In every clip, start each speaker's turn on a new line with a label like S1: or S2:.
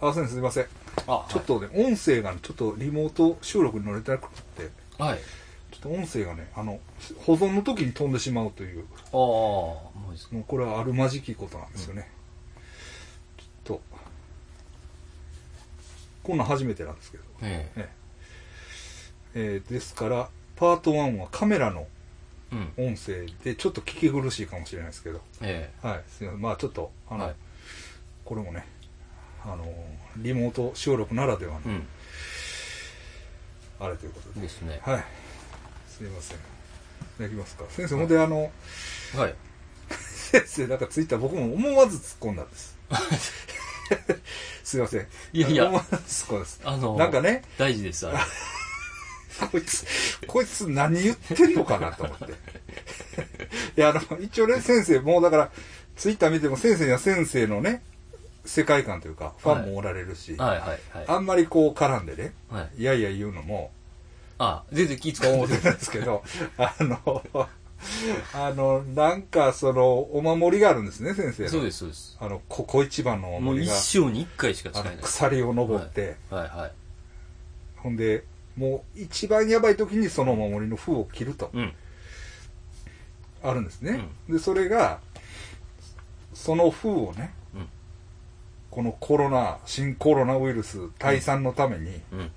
S1: あ、先生すみません。
S2: あ
S1: ちょっとね、音声がね、ちょっとリモート収録に乗れてなくって、
S2: はい
S1: ちょっと音声がね、あの、保存の時に飛んでしまうという、
S2: ああもういいですか
S1: もうこれはあるまじきことなんですよね。ちょっと、こんなん初めてなんですけど。
S2: え
S1: え
S2: え
S1: ええーですから、パート1はカメラの
S2: うん
S1: 音声で、ちょっと聞き苦しいかもしれないですけど、
S2: え
S1: はい、すいません。まあちょっと、
S2: え
S1: あの、
S2: はい
S1: これもね、あの、リモート収録ならではの、
S2: うん
S1: あれということで。
S2: ですね
S1: はい。すいません。いただきますか。先生、ほんで、あの、
S2: はい
S1: 先生、なんかツイッター僕も思わず突っ込んだん です。すいません。
S2: いやいや
S1: 思わず突っ込んだんです。
S2: あの
S1: なんかね、
S2: 大事ですあれ
S1: こいつ、こいつ何言ってんのかなと思って。いや、あの、一応ね、先生、もうだから、ツイッター見ても先生には先生のね、世界観というか、ファンもおられるし、
S2: はいはいはい
S1: あんまりこう絡んでね、
S2: はい
S1: いやいや言うのも、
S2: あ全然気使
S1: 思
S2: う
S1: ってるんですけど、 あの、あの、なんかその、お守りがあるんですね、先生の。
S2: そうですそうです
S1: あの、ここ一番のお
S2: もう
S1: 守り
S2: 一
S1: が、
S2: 生に一回しか使
S1: あ
S2: えな
S1: の
S2: い
S1: 鎖を登って、
S2: はいはい
S1: ほんで、もう一番やばい時にそのお守りの封を切ると、
S2: うん
S1: あるんですね。で、それが、その封をね、
S2: うん
S1: このコロナ、新コロナウイルス退散のために、
S2: うん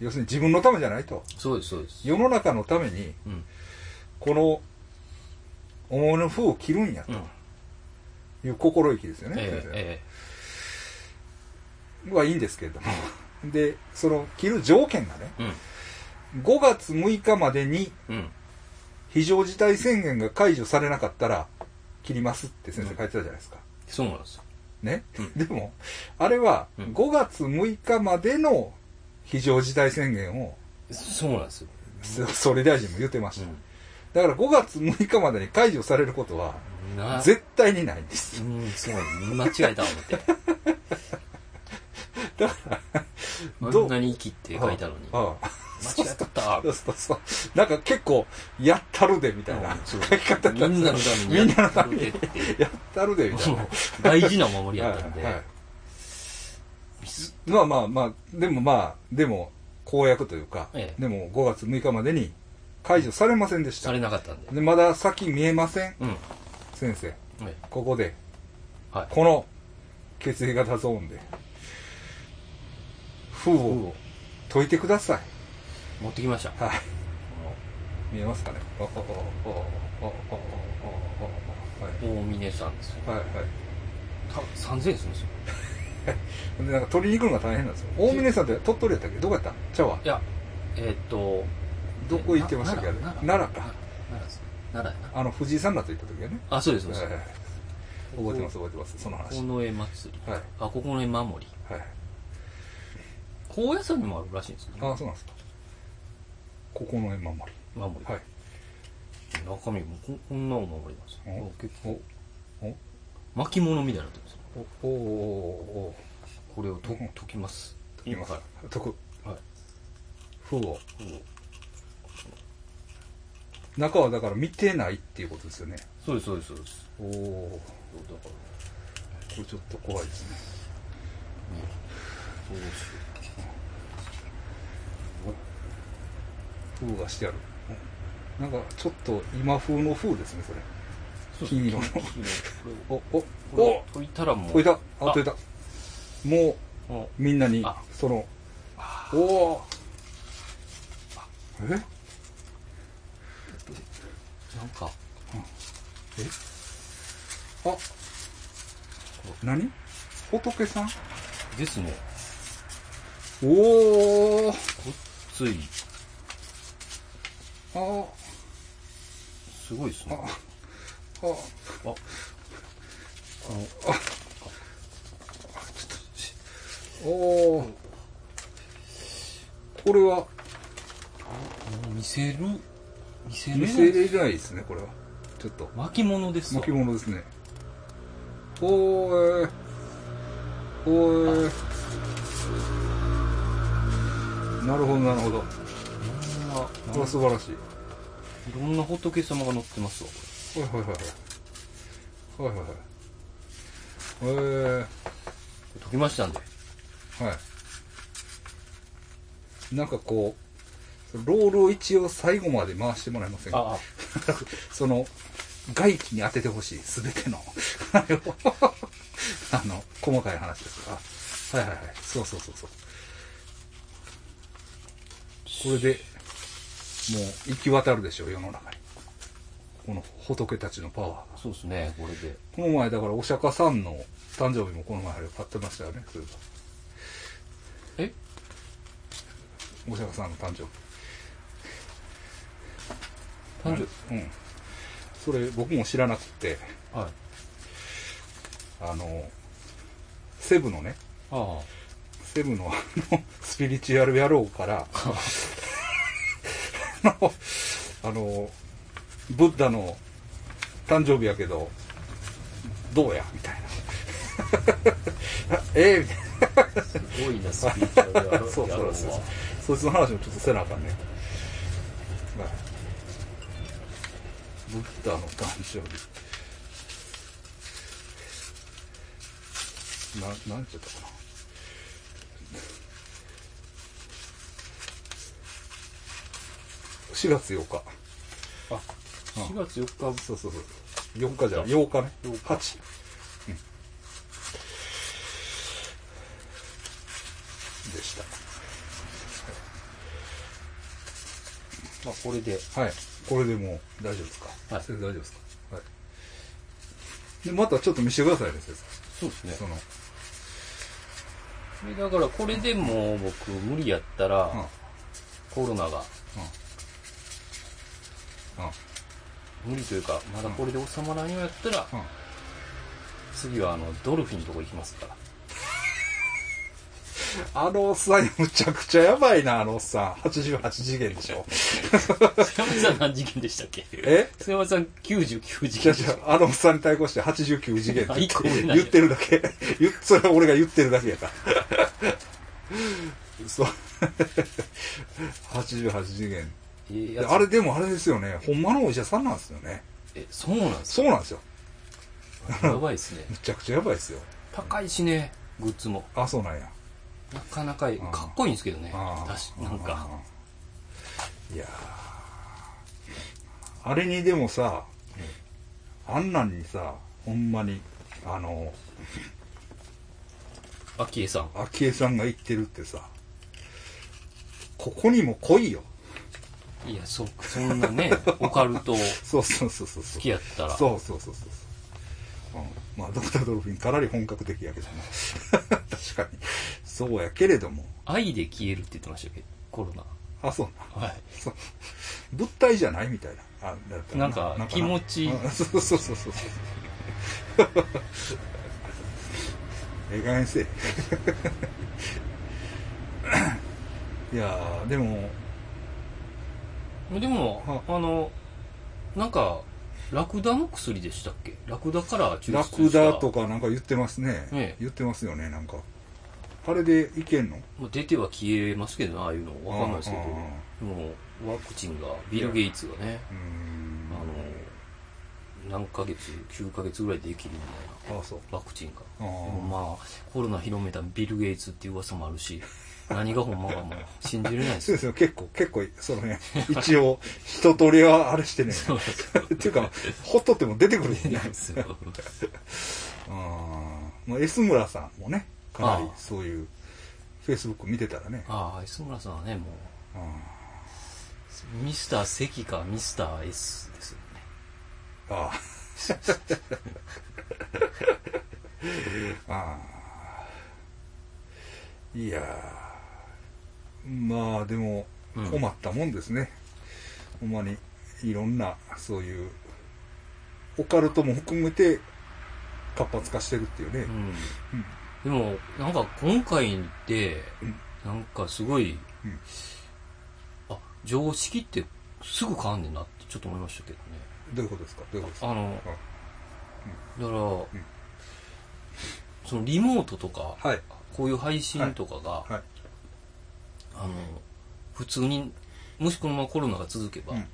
S1: 要するに自分のためじゃないと。
S2: そうですそうです
S1: 世の中のために、
S2: うん
S1: この、お守りの封を切るんや
S2: うん
S1: という心意気ですよね、
S2: え
S1: 先
S2: え
S1: 生
S2: え
S1: はいいんですけれども。 で、その、切る条件がね、
S2: え
S1: 5月6日までに
S2: うんうん
S1: 非常事態宣言が解除されなかったら、切りますって先生書いてたじゃないですか。
S2: そうなんですよ
S1: ね、
S2: う
S1: でも、あれは、
S2: うん
S1: 5月6日までの非常事態宣言を、
S2: そうなんです
S1: そ
S2: よ
S1: 総理大臣も言ってました。だから5月6日までに解除されることは、
S2: うんな
S1: 絶対にないんです。
S2: うんそう間違えた思 って
S1: だから、
S2: あ
S1: どうん
S2: なに息って書いてあるのに
S1: ああ
S2: 間違った
S1: そうそうそう。なんか結構、やったるで、みたいな
S2: うん
S1: 書
S2: そう
S1: き方だった
S2: みんなのために
S1: みんなのため
S2: め
S1: に
S2: に
S1: やったるで、みたいな。
S2: 大事なお守りやったんで、
S1: はいはいまあまあまあ、でもまあ、でも、公約というか、
S2: ええ
S1: でも5月6日までに解除されませんでし
S2: さ
S1: た。
S2: れなかったんで。
S1: でまだ先見えません、
S2: うん。え
S1: 先生。
S2: え
S1: ここで、
S2: はい。
S1: この血液型ゾーンで、封を解いてください。
S2: 持ってきました。
S1: はい。見えますかねおおおおおおおおおおはい
S2: 大峰さんですよ。
S1: はいはい。
S2: た3000円するんですよ。
S1: でなんか取りに行くのが大変なんですよ。大峰さんって鳥取やったっけどこやったちゃうわ
S2: い。や、えーっと、
S1: どこ行ってましたっけ
S2: え
S1: あ
S2: ー
S1: れ
S2: な
S1: 奈良か。。
S2: 奈良ですね。奈良や
S1: あの、藤井さんらと行った時はね。
S2: な。あ、そうです、そう
S1: は
S2: で
S1: いは
S2: す
S1: い。はい覚えてます、覚えてます。その話。
S2: こ
S1: はい。
S2: の絵祭り。
S1: はい。
S2: あ、ここの絵守り。高野山にもあるらしいんですよ、
S1: あ
S2: ね。
S1: あ、そうなんですか。ここの絵守り。
S2: 守り。
S1: はい。
S2: 中身もここんなお守りなんですよ。
S1: お
S2: 結構、
S1: おお
S2: 巻物みたいになってますよ。
S1: おおお
S2: これをと
S1: うん
S2: 解きます。
S1: おいます
S2: は。
S1: とく。
S2: い。はい
S1: 封を。
S2: こう
S1: 中はだから見てないっていうことですよね。
S2: そうです、そうです、そうです。
S1: おお。
S2: だから
S1: これちょっと怖いですね。
S2: そうです
S1: 封がしてある。なんかちょっと今風の風ですね、それ。金色の。お、お、
S2: これ
S1: お
S2: を解いたらもう。
S1: 解いたあ、
S2: あ
S1: 解いた。も
S2: も
S1: う、みんなに
S2: あ、
S1: その、おおえ
S2: うなんか、
S1: あ、何仏さん
S2: ですね。
S1: おお
S2: こっつい、
S1: あー、
S2: すごいです
S1: あ
S2: ね。あ、、
S1: あ、あ
S2: あの、
S1: おおこれは、
S2: 見せる、見せる。
S1: 見せれないですね、これは。ちょっと、
S2: 巻物ですわ
S1: 巻。物ですね。おーえー、おーえー。なるほど、なるほど。これは素晴らしい。
S2: いろんな仏様が乗ってますわ、こ
S1: はいはいはいはい。はいはいはい。え
S2: れ。解きましたんで。
S1: はい。なんかこう、ロールを一応最後まで回してもらえませんか
S2: ああ、
S1: その、外気に当ててほしい、すべての。 あれをあの、細かい話ですから。あはいはいはい。そうそうそうそう。これで、もう行き渡るでしょう、世の中に。この仏たちのパワーが。
S2: そうですね、これで。
S1: この前だからお釈迦さんの誕生日もこの前あれ買ってましたよねそうい
S2: え
S1: えばお釈迦さんの誕生
S2: 誕生
S1: 日うんそれ僕も知らなくて
S2: はい。
S1: あのセブのね
S2: ああ。
S1: セブのあのスピリチュアル野郎から あのあのブッダの誕生日やけどどうやみたいなあ ええみたいな
S2: すごいな、スピーチャ ー
S1: そうそうそう
S2: は。
S1: そいつの話もちょっとせなあかんね。はい。ブッダの誕生日。な、なんちゃったかな。4月8日。
S2: あ、4月4日、
S1: そうそうそう。4日じゃない、8日ね。
S2: 8
S1: 8。うん。でした。
S2: まあこれで、
S1: はい。これでもう大丈夫ですか
S2: はい
S1: 先生大丈夫ですかはい。で、またちょっと見せてくださいね、先
S2: そうです
S1: 生。
S2: ね
S1: そ。の、
S2: だからこれでもう僕無理やった
S1: うん、うん
S2: ら、コロナが、無理というか、まだこれで収まらんようやったら、
S1: うん、うん。
S2: 次はあの、ドルフィンのとこ行きますから。
S1: あのおっさん、むちゃくちゃやばいな、あのおっさん。88次元でしょ。
S2: 菅山さん何次元でしたっけ
S1: え
S2: 菅山さん99次
S1: じゃあじ
S2: 元でし
S1: ゃ
S2: た
S1: あ、あのおっさんに対抗して89次元っ
S2: あ
S1: て
S2: 一個上なんや
S1: 言ってるだけ。言っそれは俺が言ってるだけやから。 そう。88次元。
S2: え
S1: であれ、でもあれですよね。ほんまのお医者さんなんですよね。
S2: え、そうなんです
S1: そうなんですよ。
S2: かやばいですね。
S1: むちゃくちゃやばいですよ。
S2: 高いしね、グッズも。
S1: あ、そうなんや。
S2: なかなかいい、
S1: うん
S2: かっこいいんですけどね。
S1: あ
S2: だし
S1: あ
S2: なんか。
S1: いやーあれにでもさ、あんなんにさほんまにあの
S2: アキエさん。
S1: 昭恵さんが言ってるってさここにも来いよ
S2: いや、そ、そんなね、 オカルト好
S1: そうそうそうそうそう
S2: きやったら、
S1: そうそうそうそうそう、うん、まあドクタードルフィンかなり本格的やけどな 確かにそうやけれども
S2: 愛で消えるって言ってましたっけコロナ。
S1: あそうな
S2: はい。
S1: そう物体じゃないみたいなあだった
S2: なんか気持ち
S1: うんそうそうそうそう ええ加減せえいやーでも
S2: でも、あの、なんか、ラクダの薬でしたっけラクダから抽出
S1: ラク
S2: した
S1: ダとかなんか言ってますね、
S2: ええ
S1: 言ってますよねなんかあれでいけんの
S2: まあ出ては消えますけどな、ああいうの。わかんないですけど
S1: うんうん。
S2: でも、ワクチンが、ビル・ゲイツがね、
S1: うー
S2: あ
S1: ん
S2: の、何ヶ月、9ヶ月ぐらいでできるみた
S1: あ
S2: いな。
S1: あそう
S2: ワクチンが。
S1: あ
S2: で
S1: ー
S2: もまあ、コロナ広めたビル・ゲイツっていう噂もあるし、何がほんまかもう信じれないで す
S1: そうですよ結構結構その辺一応一通りはあれしてね
S2: そう そ
S1: っていうかほっとっても出てくるもんね
S2: なんです よ。
S1: あーまあ、S 村さんもねかなり
S2: ああ
S1: そういうフェイスブック見てたらね
S2: ああ、磯村さんはね、も
S1: あ
S2: う、ミスター関かミスター S ですよね。
S1: ああ ああいやーまあでも
S2: うん
S1: 困ったもんですね、ほんまにいろんなそういうオカルトも含めて活発化してるっていうね、
S2: うん。でも、なんか今回で、
S1: うん
S2: なんかすごい、
S1: うん
S2: あ、常識ってすぐ変わんねんなってちょっと思いましたけどね。
S1: どういうことですかどういうことですか
S2: あの、だから、そのリモートとか、
S1: はい
S2: こういう配信とかが、
S1: はい
S2: あの、普通に、もしこのままコロナが続けば、
S1: うん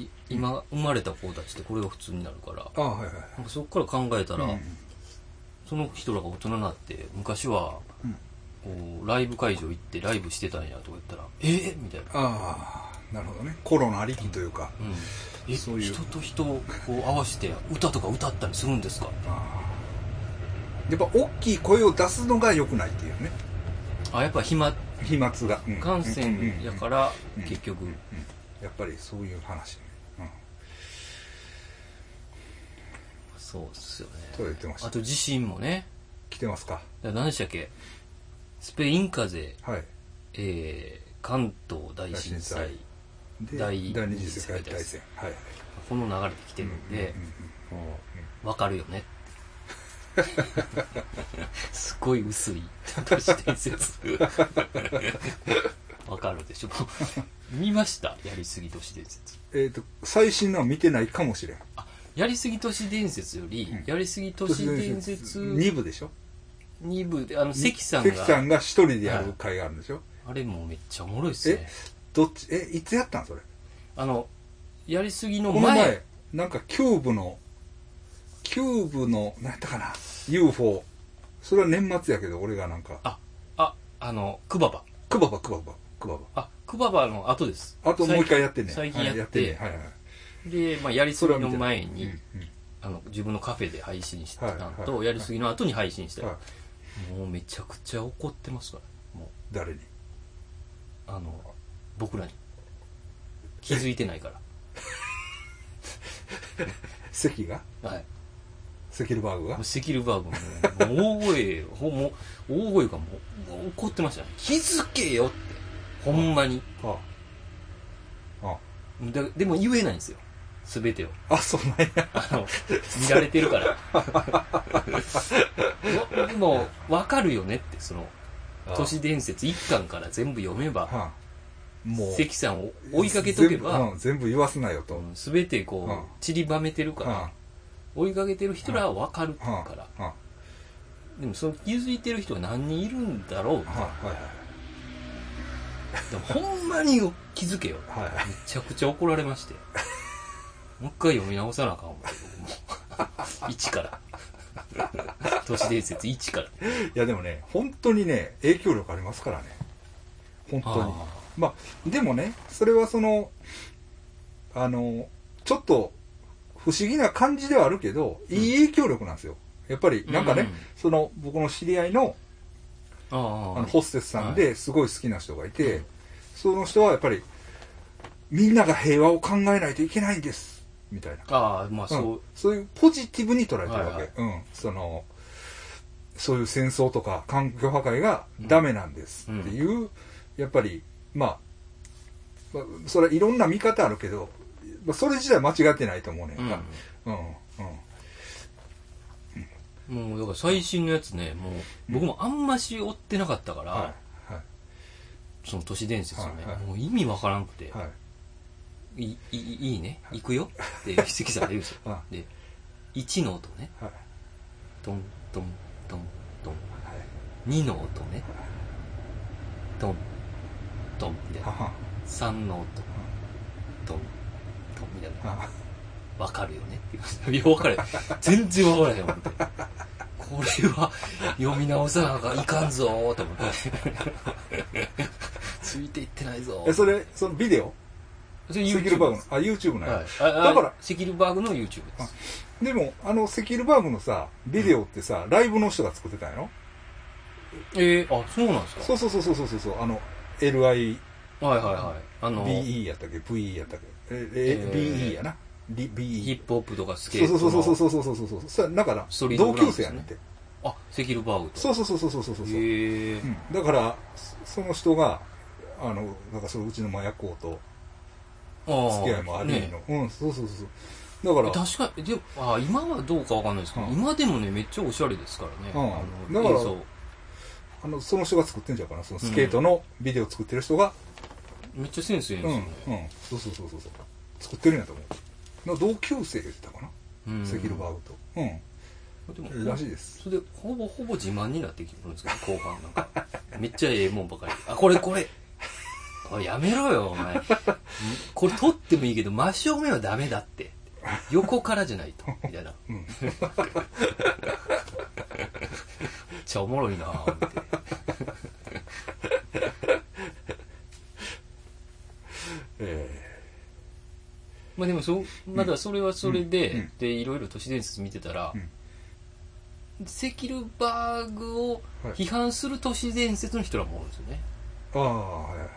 S2: い今生まれた子たちってこれが普通になるから、
S1: ああはいはいはい
S2: なんかそこから考えたら、
S1: うん
S2: その人らが大人になって、昔は
S1: うん
S2: こうライブ会場行ってライブしてたんやとか言ったら、えーみたいな。
S1: ああ、なるほどね。コロナありきというか。
S2: うん。え、
S1: そういう
S2: 人と人をこう合わせて歌とか歌ったりするんですか
S1: やっぱ大きい声を出すのが良くないっていうね。
S2: あ、やっぱ暇
S1: 飛沫が。うん
S2: 感染やから
S1: うん、
S2: 結局。
S1: やっぱりそういう話ね。うん。
S2: そうですよね。
S1: と言ってまし
S2: あ
S1: た。
S2: と地震もね。
S1: 来てますか
S2: だ何でしたっけスペイン風邪、
S1: はい。
S2: えー、関東大震災
S1: 大。で
S2: 第
S1: 第二次世界大戦。はい。
S2: この流れで来てるんで、もう、わかるよね。 すごい薄い都市伝説。 わかるでしょ。もう見ましたやりすぎ都市伝説。
S1: えっと、最新のは見てないかもしれん。
S2: あ、やりすぎ都市伝説より、
S1: うん
S2: やりすぎ都市伝説
S1: 2部でしょ
S2: 2部で、あの、関さん
S1: 関さ
S2: が、
S1: んが一人でやる会があるんでしょ
S2: あれもめっちゃおもろいっす
S1: え
S2: ね。、
S1: どっち、え、いつやったんそれ。
S2: あの、やりすぎの
S1: この
S2: 前、
S1: 前、なんかキューブの、キューブの、なんやったかな、UFO。それは年末やけど、俺がなんか、
S2: あ、あ、あの、クババ。
S1: クババクババ、クババ。
S2: あ、クババの後です。
S1: あともう一回やってんねん
S2: 最近やっ
S1: はい、
S2: て
S1: やってんねんはいはい。
S2: で、まあ、やりす
S1: それ
S2: ぎ
S1: は
S2: の
S1: 見てない
S2: 前に、
S1: うんうん
S2: あの自分のカフェで配信してたのと、
S1: はいはい
S2: やりすぎの後に配信した、
S1: はい
S2: もうめちゃくちゃ怒ってますからも
S1: 誰に
S2: うあの僕らに気づいてないか
S1: 関が
S2: らはい
S1: セキルバーグが
S2: もうセキルバーグももう大声ほもう大声がもうもう怒ってましたね気づけよってほんまに
S1: ああ
S2: だでも言えないんですよ全てを
S1: ああそうなんや
S2: あの見られてるから わでも分かるよねってその都市伝説一巻から全部読めば
S1: はあもう
S2: 関さんを追いかけとけ
S1: 全部,、
S2: ば
S1: うん、全部言わせないよと、
S2: すべてこ
S1: うん
S2: う散りばめてるから
S1: は
S2: 追いかけてる人らは分かる
S1: あはあ
S2: から
S1: は
S2: でもその気づいてる人は何人いるんだろう
S1: あはあはい
S2: でもほんまに気づけよめ
S1: はいはい
S2: ちゃくちゃ怒られまして もう一回読み直さなあかん思って僕も 一から都市伝説一から
S1: いやでもね本当にね影響力ありますからね本当に
S2: あ
S1: まあでもねそれはそのあのちょっと不思議な感じではあるけどいい影響力なんですよやっぱりなんかね、
S2: うん
S1: その僕の知り合いのあ
S2: あ
S1: の
S2: あ
S1: ホステスさんですごい好きな人がいて、その人はやっぱりみんなが平和を考えないといけないんですみたいな
S2: あああ
S1: う
S2: まあ
S1: ん
S2: そう
S1: そういうポジティブに捉えてるわけ、
S2: はいはい
S1: うん、そのそういう戦争とか環境破壊がダメなんですっていう、やっぱり、まあ、まあそれはいろんな見方あるけど、まあ、それ自体間違ってないと思うねんか、うんうん
S2: もうだから最新のやつねもう僕もあんまし追ってなかったから、
S1: はいは
S2: その都市伝説をね、
S1: はいはい
S2: もう意味わからんくて、
S1: いはい
S2: い、いいいいね行くよって関さんが言うん ですよ
S1: は
S2: で1の音ね
S1: はい
S2: トントントントン
S1: はい
S2: 2の音ねトントンみたい
S1: は
S2: な
S1: は
S2: 3の音トントンみたいな
S1: は
S2: わかるよねって言いましたいやわかる全然わからへん思ってこれは読み直さなあかんいかんぞーと思って ついていってないぞー
S1: えそれそのビデオ
S2: それ
S1: セキルバーグのあ YouTube なんや、
S2: はい、ああ
S1: だから
S2: セキルバーグの YouTube で
S1: あ
S2: す
S1: でも、あの、セキルバーグのさ、ビデオってさ、ライブの人が作ってたんやろ
S2: えー、あそうなんですか
S1: そうそうそうそうそうそう、あの、LIBE
S2: はいはいはいあの
S1: やったっけ ?VE やったっけええ
S2: えー
S1: ?BE やな。リ
S2: ヒ
S1: BE。
S2: ップホップとかスケ
S1: そ
S2: ー
S1: う
S2: ト
S1: そう
S2: の
S1: そうそうそうそうそうそうそうそう。だから
S2: ストリ、ート
S1: 同
S2: ブラン
S1: 級
S2: ドです
S1: 生
S2: ね
S1: やねんって。
S2: あセキルバーグと
S1: そうそうそうそうそうそうそう。う
S2: へえ
S1: んだから、そその人が、あの、なんかそのうちの麻薬王と付
S2: 付
S1: き合いもありの。うん、そうそうそうそう。だから、
S2: 確かにでもあ今はどうかわかんないですけど、
S1: うん
S2: 今でもねめっちゃおしゃれですからね、
S1: うん
S2: あ
S1: だ
S2: の
S1: から
S2: 映像
S1: あの、その人が作ってんじゃうかな。そのスケートのビデオ作ってる人が
S2: めっちゃセンスいいん
S1: う
S2: で
S1: ん
S2: す
S1: う
S2: よ
S1: ん
S2: ね、
S1: そうそうそうそうそう作ってるんやと思うな同級生言ってたかな、
S2: うん
S1: セキルバーグとうん
S2: でも
S1: らしいです
S2: それでほぼほぼ自慢になってきてるんですけど後半なんかめっちゃええもんばかりあこれこれおいやめろよお前これ取ってもいいけど真正面はダメだって横からじゃないとみたいな、めっちゃおもろいなぁ思ってまあでもそ、まだそれはそれで、
S1: うんうん
S2: で、いろいろ都市伝説見てたら、
S1: うん
S2: セキルバーグを
S1: はい
S2: 批判する都市伝説の人らもおるんですよね。
S1: ああ、はいはい。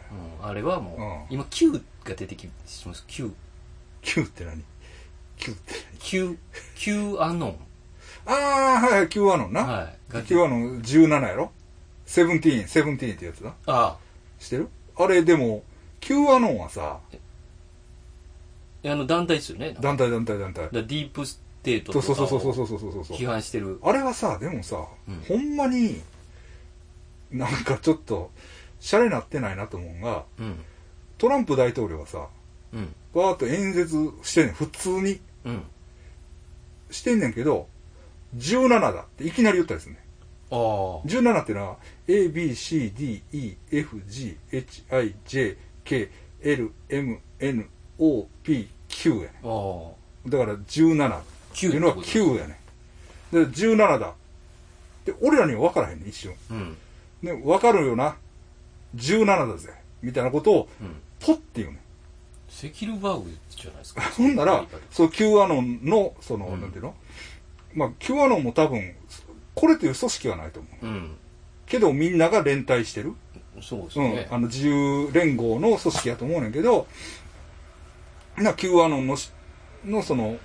S2: うん、あれはもう、
S1: う
S2: 今 Q が出てきします。Q。
S1: Q って何 ?Q って
S2: Q、Q アノ
S1: 何ああ、はいはい、Q アノン
S2: ン。
S1: な。
S2: はい。が
S1: Q アノン17やろセブンティーン、セブンティーンってやつだ。
S2: あ
S1: してるあれ、でも、Q アノンはさ、
S2: あ、あの団体ですよね。だ
S1: 団体団体団体。
S2: ディープステート
S1: そ
S2: と
S1: うそうそ
S2: か
S1: うそうそう
S2: を
S1: そうそうそうそう。
S2: 批判してる。
S1: あれはさ、でもさ、
S2: うん
S1: ほんまに、なんかちょっと、シャレなってないなと思うんが、
S2: うん。
S1: トランプ大統領はさ、
S2: うん。
S1: わーっと演説してんねん、普通に
S2: うん。
S1: してんねんけど、17だっていきなり言ったですね。
S2: ああ。
S1: 17ってのは、A, B, C, D, E, F, G, H, I, J, K, L, M, N, O, P, Q やね
S2: ああ。
S1: ん。だから17っていうのは
S2: 9
S1: 9やねん。で、17だ。で、俺らには分からへんねん、一瞬。
S2: うん。
S1: ね、わかるよな。17だぜ。みたいなことを、
S2: うん。
S1: ポッて言うね。
S2: セキルバーグじゃないですか。
S1: ほんなら、そう、Q アノンの、その、
S2: うん
S1: なんていうのまあ、Q アノンも多分、これという組織はないと思う。
S2: うん。
S1: けど、みんなが連帯してる。
S2: そうです
S1: う
S2: ね
S1: ん。。あの、自由連合の組織やと思うねんけど、な、Q アノンのし、の、その、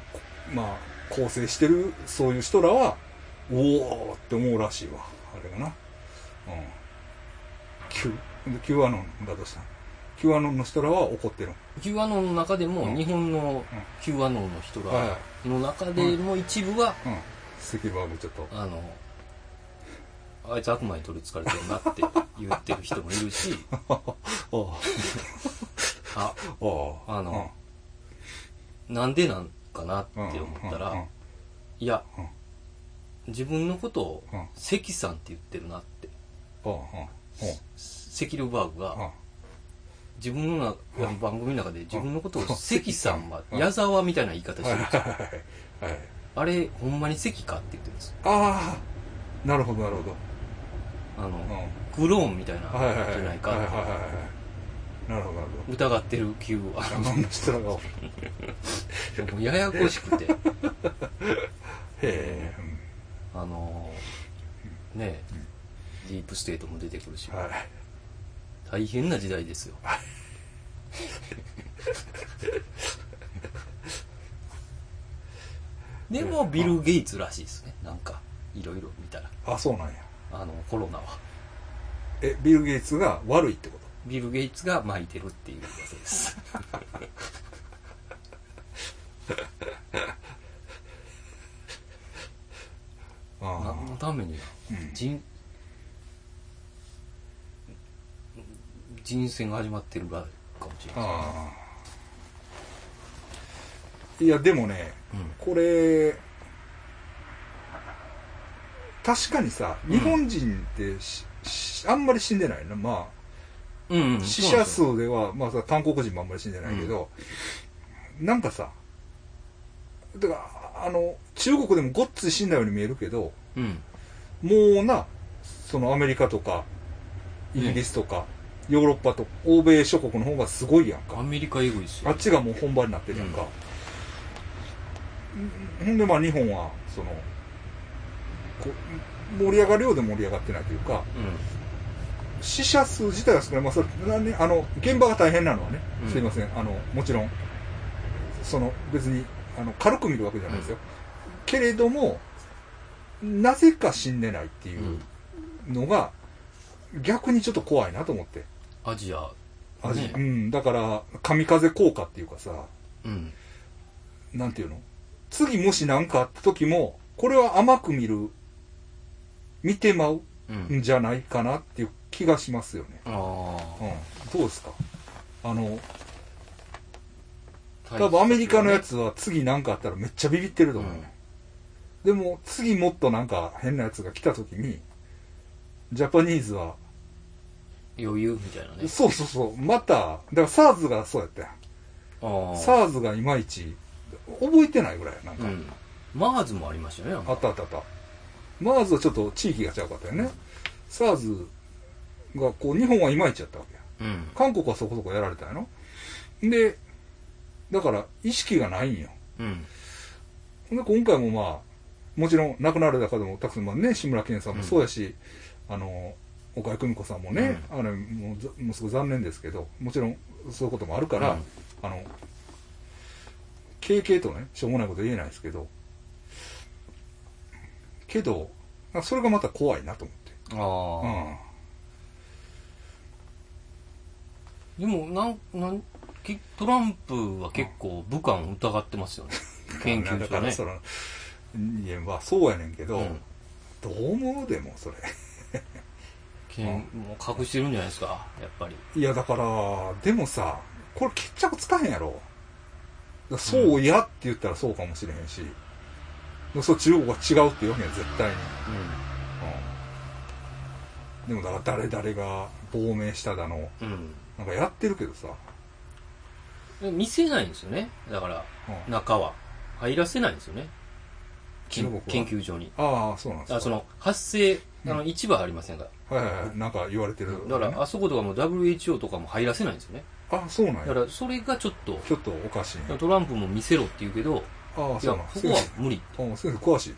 S1: まあ、構成してる、そういう人らは、おおーって思うらしいわ。あれがな。うん。Q、で Q アノンだとしたら。Q アノンの人らは怒ってる。
S2: Q アノンの中でも、日本の Q アノンの人
S1: は
S2: が、の中でも一部は、
S1: い。うん。セキルバーグちょっと。
S2: あの、あいつ悪魔に取り憑かれてるなって言ってる人もい るし、
S1: あ
S2: あ、
S1: あ。ああ。
S2: あのなんでなんかなって
S1: うん、
S2: 思った
S1: うん
S2: ら、いや
S1: うん、
S2: 自分のことを
S1: うん、
S2: 関さんって言ってるなって。
S1: うんうんうん
S2: セキルバーグ
S1: うん
S2: が、自分のな番組の中で自分のことを
S1: うん
S2: 関さんは
S1: うん
S2: 矢沢みたいな言い方して
S1: はい
S2: るんですよ。
S1: はいはい。
S2: あれ、ほんまに関かって言ってるんですよ。
S1: ああ。なるほど、なるほど。
S2: あの、
S1: うん。
S2: クローンみたいな
S1: はいはいはい。
S2: じゃな
S1: はい
S2: い
S1: はい
S2: か。
S1: はい。なるほど、なるほ
S2: 疑ってる Q は。
S1: ど。あの人らが、へ
S2: もうややこしくて。
S1: え。
S2: あのーねえ、ディープステートも出てくるし、
S1: うんはい。
S2: 大変な時代ですよ。でも、ビル・ゲイツらしいですね。なんか、いろいろ見たら。
S1: あ、そうなんや。
S2: あの、コロナは。
S1: え、ビル・ゲイツが悪いってこと
S2: ビル・ゲイツが巻いてるっていうことです。
S1: あ
S2: 何のために
S1: うん
S2: 人、人選が始まってるかもしれ
S1: あ。
S2: ない。
S1: ああ。いや、でもね、
S2: うん
S1: これ、確かにさ、
S2: ん
S1: 日本人ってし、しあんまり死んでないな。まあ、
S2: うんうん、
S1: 死者
S2: そう
S1: 数では、まあさ、韓国人もあんまり死んでないけど、なんかさ、だから、あの、中国でもごっつい死んだように見えるけど、
S2: なんですよ。
S1: もうな、そのアメリカとか、イギリスとか、ヨーロッパと欧米諸国の方がすごいやん
S2: うん。ア
S1: か。
S2: メリカエグいですよ。
S1: あっちがもう本場になってるやんか。うんほんでまあ日本は、その、こう盛り上がるようで盛り上がってないというか、死者数自体は少ない、まあそれなね、あの現場が大変なのはね、
S2: うん
S1: すいませんあの、もちろん、その別にあの軽く見るわけじゃないですよ、けれども、なぜか死んでないってい
S2: うん。う。
S1: うんのが、逆にちょっと怖いなと思って、
S2: アジア。
S1: 味
S2: ね
S1: うん、だから、神風効果っていうかさ、
S2: うん。
S1: なんていうの、次もし何かあった時も、これは甘く見る、見てまう
S2: うん。
S1: んじゃないかなっていう気がしますよね。
S2: ああ。
S1: うん、どうですかあの
S2: 多
S1: 多分アメリカのや。つは次何かあったらめっちゃビビってると思う、ねでも次もっとなんか変なやつが来た時にジャパニーズは、
S2: 余裕みたいなね。
S1: そうそうそうまただから SARS がそうやったやん
S2: ああ。
S1: SARS がいまいち覚えてないぐらいやなん
S2: う
S1: か、
S2: ん。マーズもありましたよね。
S1: あったあったあった MARS はちょっと地域が違うかったよね SARS がこう日本はいまいちやったわけや
S2: うん。
S1: 韓国はそこそこやられたんやろでだから、意識がないんよ。
S2: うん。
S1: ほんで、今回もまあ、もちろん亡くなられた方もたくさん、まあね、志村けんさんもそうやし、あの、岡井久美子さんもね、あの、もうざ、もうすごい残念ですけど、もちろんそういうこともあるから、
S2: うん
S1: あの、経験とね、しょうもないこと言えないですけど、けど、あそれがまた怖いなと思って。う
S2: ああ、
S1: ん。
S2: でもなんなんきトランプは結構武漢疑ってますよね研究
S1: だ
S2: 所
S1: から
S2: ね
S1: その、いや、まあそうやねんけど、
S2: うん
S1: どう思うでも、それ。
S2: けんもう隠してるんじゃないですかやっぱり
S1: いや、だから、でもさ、これ決着つかへんやろ。だからそうやって言ったらそうかもしれへんし、そう中国は違うって言わへんやん絶対に。うん。でもだから誰々が亡命しただの、
S2: うんうん
S1: なんかやってるけどさ、
S2: で見せないんですよねだから
S1: うん
S2: 中は入らせないんですよねけん
S1: 中国は
S2: 研究所に
S1: ああ、そうなんですか。
S2: あその発生あ
S1: う
S2: の市場ありませんか、
S1: はいはいはい、なんか言われてる、
S2: だからあそことかも WHO とかも入らせないんですよね
S1: あ、そうなん
S2: だか
S1: や。
S2: らそれがちょっと
S1: ちょっとおかしいね。
S2: トランプも見せろって言うけど
S1: ああ、
S2: い
S1: そ
S2: や
S1: うなん
S2: ここは無理
S1: あ先生詳しい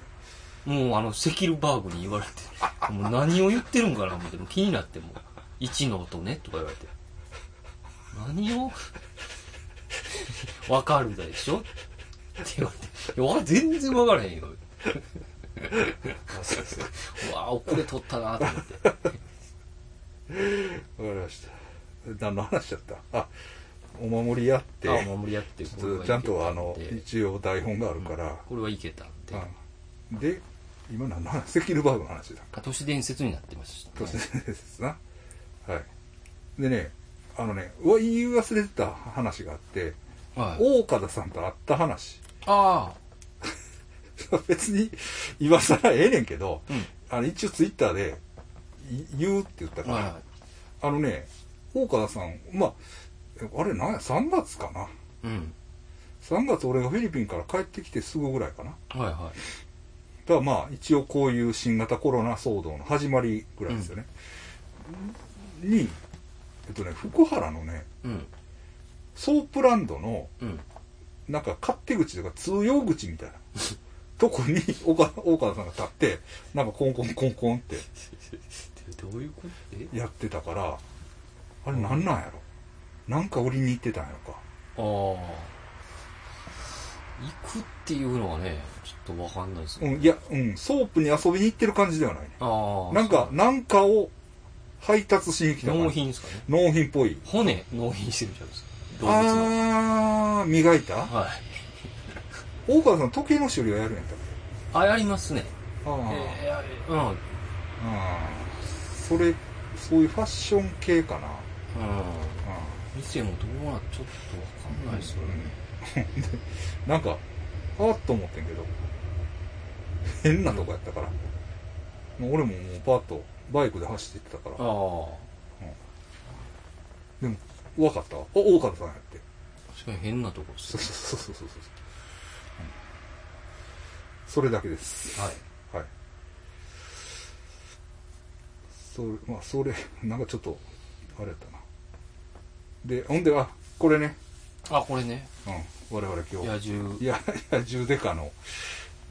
S1: ね。
S2: もうあの、セキルバーグに言わ れて、もう何を言ってるんかな思って、もう気になってもう、1の音ねとか言われて。何を わかるだでしょって言われて。いやわ、全然わか らへんよ。 うわあ遅れとったなと思って。
S1: わかりました。何の話しちゃったあ、お守りやって、
S2: あ、守りやって、
S1: ちょっとちゃんとあの、一応台本があるから、
S2: これはいけたって。
S1: うんで、今何の話 セキルバーグの話だ。
S2: 都市伝説になってました、
S1: 都市伝説ですな。はい。でね、あのね、うわ、言い忘れてた話があって、
S2: はい。
S1: 大岡田さんと会った話。
S2: ああ。
S1: 別に、今更ええねんけど、
S2: うん。
S1: あの、一応ツイッターで、い言うって言ったから、
S2: は
S1: あのね、大岡田さん、まあ、あれ、なんや、3月かな。
S2: い。うん。
S1: 3月俺がフィリピンから帰ってきてすぐぐらいかな。
S2: はいは
S1: だからまあ一応こういう新型コロナ騒動の始まりぐらいですよね。に、えっとね、福原のね、
S2: い。うん。
S1: ソープランドの
S2: うん。
S1: なんか勝手口とか通用口 みたいなとこに岡大川さんが立って、なんかコンコンコンコンって
S2: どういうことえ
S1: やってたから、あれなんなんやろ、なんか売りに行ってたんやろか。
S2: ああ行くっていうのはねちょっとわかんないです
S1: う
S2: ね、
S1: ん、いや、うん、ソープに遊びに行ってる感じではないね。
S2: ああ
S1: なんか、なんかを配達しに来た感じ
S2: 納。品ですかね
S1: 納品っぽい。
S2: 骨納品してるじゃないですか動物
S1: あー、磨いた
S2: のはい
S1: 大川さん時計の修理はやるんやったっ
S2: あやりますね
S1: けあ
S2: え
S1: ー、
S2: ーやるうん、うん、
S1: あーそれそういうファッション系かな
S2: 店もどうなちょっとわかんないですよね、
S1: うんで なんかあーっと思ってんけど変なとこやったから、もう俺ももうパッとバイクで走っていってたから
S2: ああ
S1: でも分かったわあ大川さんやって
S2: 確かに変なとこです
S1: そうそうそうそうそうそう、うんそれだけです
S2: はい
S1: はい。それ、まあ、それ、なんかちょっと、あれやったな。で、ほんで、あ、これね、
S2: あこれね
S1: うん、我々今日、
S2: 野獣
S1: いや、野獣デカの、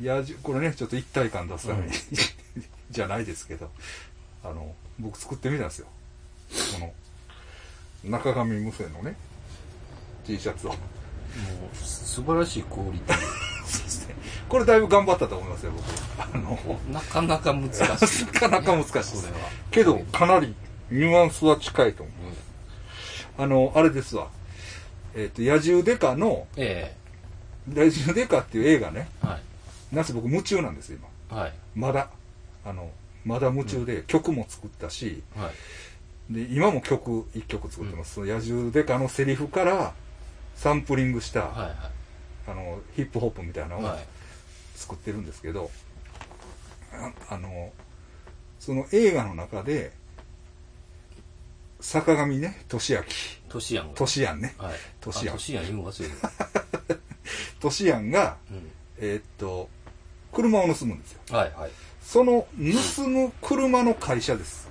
S1: 野獣、これね、ちょっと一体感出すために、
S2: うん
S1: じゃないですけど、あの、僕作ってみたんですよ。この、中上無線のね、T シャツを。
S2: もう素晴らしいクオリティ
S1: そして、 これだいぶ頑張ったと思いますよ、僕。あの、
S2: なかなか難しい
S1: なかなか難しいです
S2: それは
S1: けど、かなりニュアンスは近いと思う。
S2: うん
S1: あの、あれですわ。えっ、と、野獣デカの、
S2: え
S1: 野獣デカっていう映画ね。
S2: えはい
S1: なぜ僕夢中なんですよ、今。
S2: はい
S1: まだ。あの、まだ夢中で曲も作ったし、
S2: はい
S1: で、今も曲、一曲作ってます。その野獣デカのセリフから、サンプリングした、
S2: はいは
S1: あの、ヒップホップみたいないのを
S2: はい
S1: 作ってるんですけど、ああの、その映画の中で、坂上ね、俊明、
S2: トシヤンが
S1: 俊庵ね、
S2: はい。
S1: トシヤン
S2: あトシヤン言うの忘れ てた。
S1: 俊庵が、
S2: うん。
S1: えーっと、車を盗むんですよ。
S2: はいはい。
S1: その盗む車の会社です。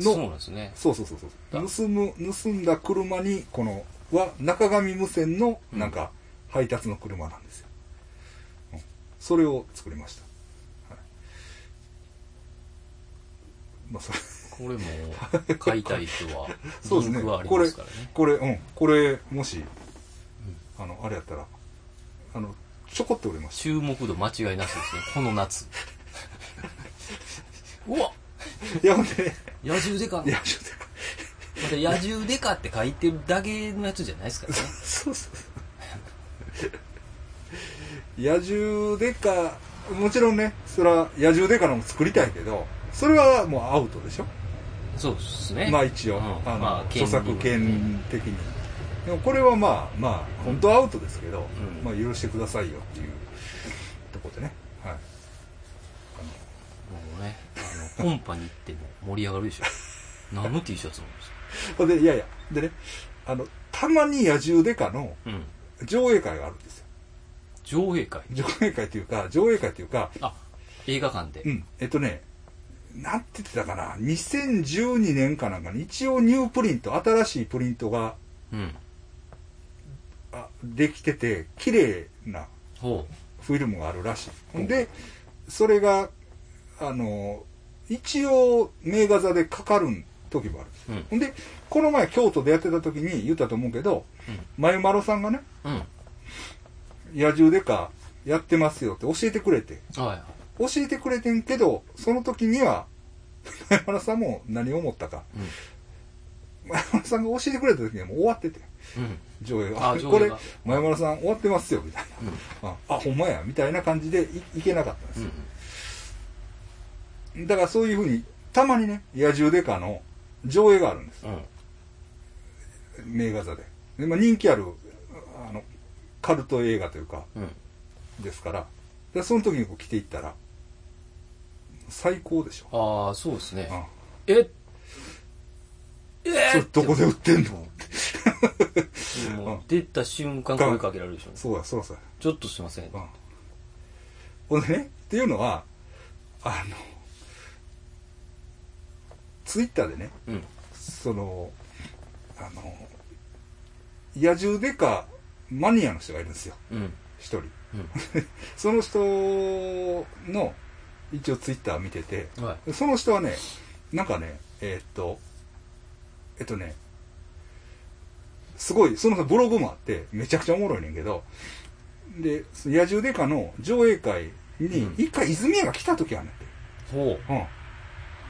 S2: そう
S1: の、
S2: なんですね。
S1: そうそうそうそう。盗む、盗んだ車に、このは中上無線のなんか配達の車なんですよ、うんそれを作りました、はいまあ、それ
S2: これも買いたい人 は
S1: そうで
S2: リ
S1: す
S2: ン
S1: ね
S2: クはあり
S1: こ
S2: ま
S1: れ
S2: すからね
S1: これうんこれもしあのあれやったらあのちょこっと売れまし
S2: 注目度間違いなしですねこの 夏うわ
S1: たいやほんでね
S2: 野獣デカま
S1: い
S2: た
S1: やちょっと
S2: 野獣デカって書いてるだけのやつじゃないですからね
S1: そうそう 野獣デカもちろんねそれは野獣デカのも作りたいけどそれはもうアウトでしょ
S2: そうですね
S1: まあ一応、
S2: うん
S1: あの
S2: まあ
S1: 著作権的に、でもこれはまあまあ本当はアウトですけど、
S2: うん
S1: まあ許してくださいよっていうとこでねはい
S2: もうね、あの、コンパに行っても盛り上がるでしょ。何の T シャツなんですか
S1: ほんでいやいやでねあのたまに野獣デカの
S2: うん。
S1: 上映会があるんですよ
S2: 上映会。
S1: 上映会というか上映会というか
S2: あ、映画館で。
S1: うんえっとねなんて言ってたかな2012年かなんかに一応ニュープリント新しいプリントが
S2: うん。
S1: あできてて綺麗な
S2: ほ
S1: フィルムがあるらしい。で、それが、あの、一応、名画座でかかる時もあるんです
S2: う。うん。
S1: ほんで、この前京都でやってた時に言ったと思うけど、まゆまろさんがね、
S2: うん。うん。
S1: 野獣でかやってますよって教えてくれて、
S2: はいはい。
S1: 教えてくれてんけど、その時には、 まゆまろさんも何を思ったか。まゆまろさんが教えてくれた時にはもう終わってて、
S2: うん。うん。
S1: 上映が。
S2: あ上映が
S1: これ、まゆまろさん終わってますよ、みたい
S2: うん。
S1: な。あ、あほんまや、みたいな感じでいいけなかったんです
S2: う
S1: よ
S2: ん。
S1: だからそういうふうに、たまにね、野獣デカの上映があるんです。
S2: うん。
S1: 名画座で。でまあ、人気ある、あの、カルト映画というか、
S2: うん。
S1: ですから、でその時にこう来ていったら、最高でしょ。
S2: ああ、そうですね。
S1: あ
S2: ええ
S1: それどこで売ってんの
S2: もう出た瞬間声かけられるでしょ。
S1: そうだ、そうだ、そう
S2: ちょっとすいません。
S1: だ。うん。ほんでね、っていうのは、あの、ツイッターでね、
S2: うん。
S1: その、あの、野獣デカマニアの人がいるんですよ、
S2: うん。
S1: 一人。
S2: う
S1: その人の一応ツイッター見てて、
S2: ん。はい。
S1: その人はね、なんかね、えーっと、えっとね、すごい、その人ブログもあって、めちゃくちゃおもろいねんけど、で、その野獣デカの上映会に
S2: う、ん
S1: 一回泉谷が来た時あんねんて
S2: ほ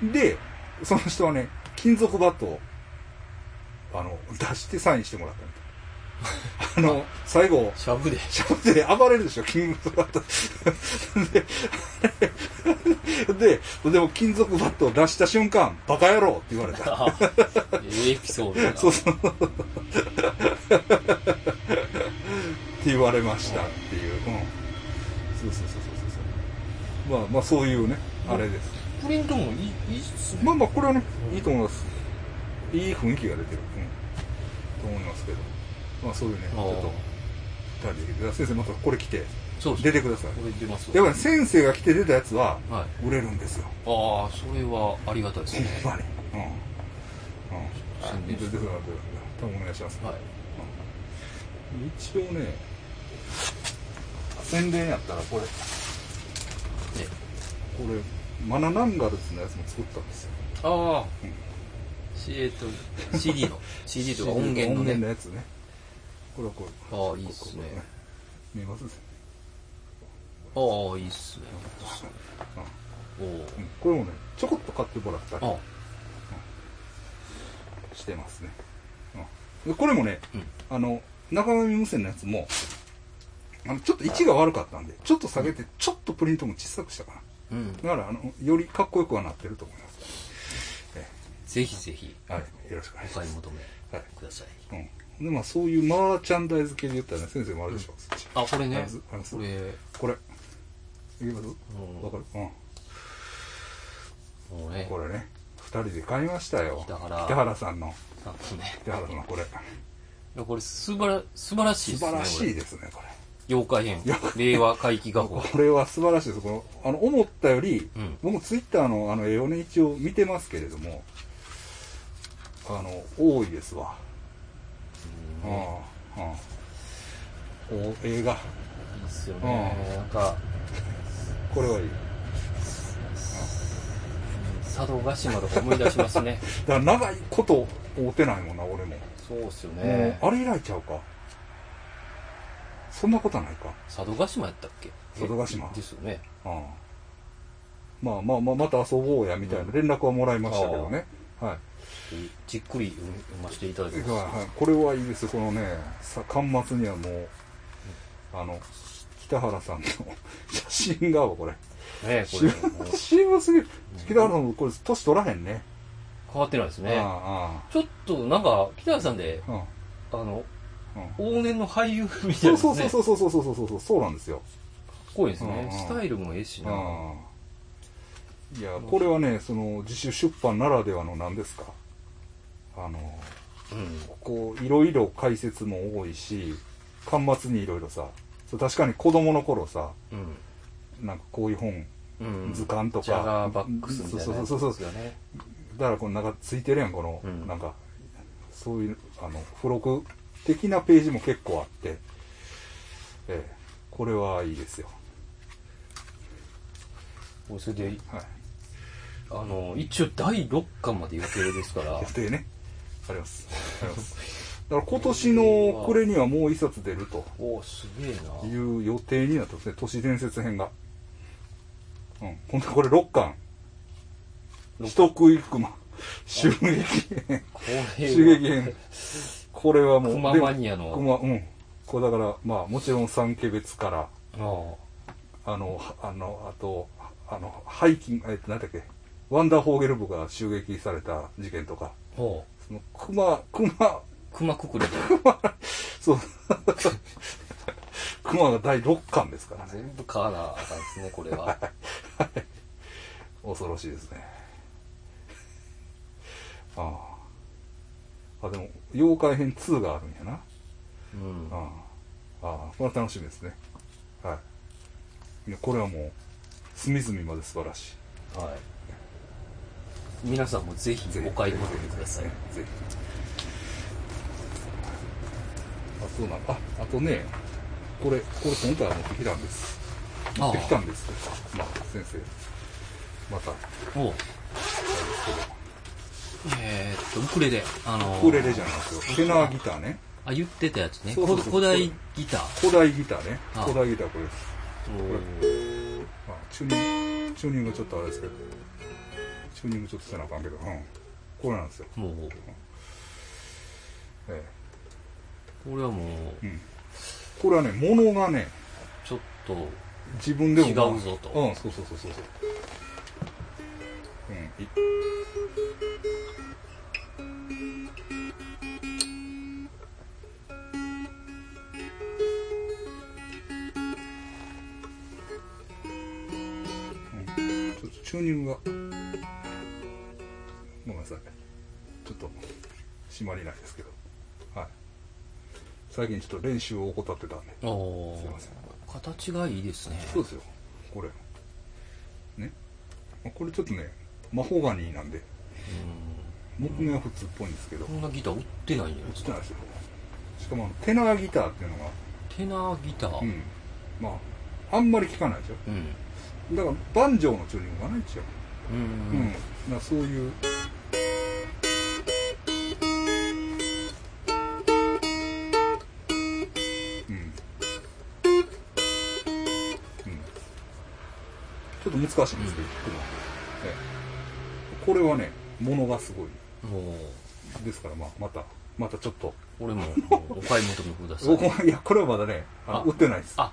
S1: うん。で、その人はね、金属バットを、あの、出してサインしてもらった みたい。あの、最後
S2: う。、しゃぶで。
S1: シャ ブで暴れるでしょ、キングバット。で、で、でも金属バットを出した瞬間、バカ野郎って言われ た。
S2: あええエピソードだな
S1: そうそう。 って言われましたっていう。うん。そうそうそうそうそう。まあまあそういうね、あれです。
S2: プリントもいい、いいっすね。
S1: まあまあこれはね、いいと思います。いい雰囲気が出てる。うん。と思いますけど。まあそういうね、ち
S2: あー
S1: ょっと、大事で先生またこれ来て、
S2: そうです
S1: 出
S2: ね。
S1: てください。
S2: これ出ますわ
S1: やっぱり先生が来て出たやつは
S2: はい。
S1: 売れるんですよ
S2: ああ、それはありがたいです
S1: ほん
S2: ね。
S1: まにうん
S2: 宣
S1: うん
S2: 伝
S1: 出
S2: してて
S1: ください多分お願いします
S2: はい。
S1: 一応ね宣伝やったらこれこ
S2: ね、
S1: れマナナンガルズのやつも作ったんですよ
S2: ああ、
S1: うん
S2: しえっと、CD の、CD とか音源の
S1: 音源の
S2: ね。
S1: やつねこれはこう
S2: ああ、いいっすね。
S1: 見えます
S2: ああ、いいっすね。お
S1: う
S2: ー
S1: んこれもねちょこっと買ってもらったり
S2: あ
S1: してますね、うんでこれもね、
S2: うん
S1: あの中上無線のやつもあのちょっと位置が悪かったんでちょっと下げてちょっとプリントも小さくしたかな
S2: うん。
S1: だからあのよりかっこよくはなってると思います
S2: ぜひぜひ、
S1: はいよろしくお願いし
S2: お
S1: ま
S2: 買い
S1: す
S2: 求め
S1: はい
S2: ください。
S1: うんでまあそういうマーチャンダイズ系で言ったらね先生もあるでしょ、そっち
S2: あ、これ
S1: あ
S2: ね
S1: れすあれ、す
S2: これ、
S1: これいけます
S2: うん
S1: わかる、うん、
S2: もうね、
S1: これね2人で買いましたよ
S2: 北原
S1: 北原さんの
S2: あとね、
S1: 北原さんのこれ
S2: いやこれ、素晴ら、素晴らしい
S1: 素
S2: ですね。
S1: 晴らしい
S2: こ
S1: ですねこれ
S2: れ。妖怪編
S1: 妖。
S2: 令和怪奇画法。
S1: これは素晴らしいです。この、あの、思ったより、
S2: うん
S1: 僕もツイッターのあの、絵をね、一応見てますけれども、あの、多いですわ。うん
S2: ね
S1: うん
S2: おいい
S1: 映画
S2: っすよね、
S1: うん
S2: なんか
S1: これはいい
S2: 佐渡島とか思い出します ね
S1: だから長いこと会うてないもんな俺も、
S2: そうっすよね
S1: もうあれ以来ちゃうかそんなことはないか
S2: 佐渡島やったっけ
S1: 佐渡島
S2: ですよね
S1: うんまあまあまあまた遊ぼうやみたいな連絡はもらいましたけどね、はい
S2: じっくり読み読ませていただきます、
S1: はい、これはいいですこのねさ巻末にはもうあの北原さんの写真がこれ
S2: ねこ
S1: 写
S2: れもう
S1: 真はすぎる北原さんこれ年取らへんね
S2: 変わってないです
S1: あ
S2: ね
S1: あ
S2: ちょっとなんか北原さんで
S1: ああ
S2: あの
S1: うんうん
S2: 往年の俳優みたいです
S1: そ
S2: ね
S1: うそうそうそうそうそうそうそうそうそうなんですよ、
S2: かっこいいです
S1: うんう
S2: ね
S1: ん
S2: スタイルもええし
S1: う
S2: な、
S1: んいやこれはねその自主出版ならではの何ですかあの
S2: うん
S1: こういろいろ解説も多いし巻末にいろいろさそう確かに子供の頃さ
S2: うん
S1: なんかこういう本
S2: うん
S1: 図鑑とか
S2: ジャガーバックスみたいな
S1: そうそうそうそう
S2: やつがね
S1: だからこの中ついてるやんこの、
S2: うん
S1: なんかそういうあの付録的なページも結構あって、ええ、これはいいですよ、
S2: もうそれで
S1: はい、
S2: あの一応第6巻まで予定ですか ら
S1: 予定ねあり ますありますだから今年の暮れにはもう一冊出ると
S2: おおすげえ
S1: い
S2: な
S1: う予定になってますね都市伝説編がうんほんでこれ6巻「
S2: 六巻
S1: 人食い 熊」襲撃編
S2: こ
S1: 襲
S2: れ
S1: 撃編これはもう
S2: クマ
S1: でも
S2: マニアの
S1: 熊うんこれだからまあもちろん三毛別から
S2: は
S1: あのはあのあとあのハイキングえっと何だっけワンダーホーゲル部が襲撃された事件とか
S2: あほ
S1: その熊熊
S2: う熊くくりで
S1: そう熊が第6巻ですからね
S2: 全部買わなあかんですねこ れは
S1: 恐ろしいですねあああでも妖怪編2があるんやな
S2: うん
S1: ああああこれは楽しみですねはいいやこれはもう隅々まで素晴らしい
S2: はい皆さんもぜひ
S1: ぜひ
S2: お買い求めください
S1: ぜひぜひあそうなんああとねこれこれ今回は持ってきたんです持ってきたんですけどまあ先生また
S2: おうえー、っとウクレレあのー
S1: ウクレレじゃないですよテナーギターね
S2: あ言ってたやつね
S1: そうそうそう
S2: 古代ギター
S1: 古代ギターね
S2: ああ
S1: 古代ギターこれです
S2: おー
S1: まあ、チューニングチューニングちょっとあれですけどチューニングちょっとせなあかんけど、うん、これなんですよ、
S2: もう
S1: え
S2: これはもう
S1: えうん、これはね物がね
S2: ちょっと
S1: 自分でも、
S2: 違うぞと
S1: うんそうそうそうそうそううんいうんちょっとチューニングがごめんなさいちょっと締まりないですけどはい最近ちょっと練習を怠ってたんで
S2: おー
S1: すいません
S2: 形がいいですね
S1: そうですよこれねまあこれちょっとねマホガニーなんで
S2: うん
S1: 木目は普通っぽいんですけど
S2: こんなギター売ってないんじゃないで
S1: ち
S2: す
S1: っちゃ
S2: か
S1: ないですよしかもあのテナーギターっていうのが
S2: テナーギター
S1: う
S2: うん
S1: んまああんまり聞かないでしょ
S2: うん、
S1: だからバンジョーのチューニングがない一応うん、だからそういううんうんちょっと難しいんですけど、ええこれはねものがすごい
S2: もう
S1: ですから、まあ、またまたちょっと
S2: 俺ももうお買い求めくださ
S1: 僕
S2: い
S1: もいやこれはまだねあの
S2: あ
S1: 売ってないです
S2: あ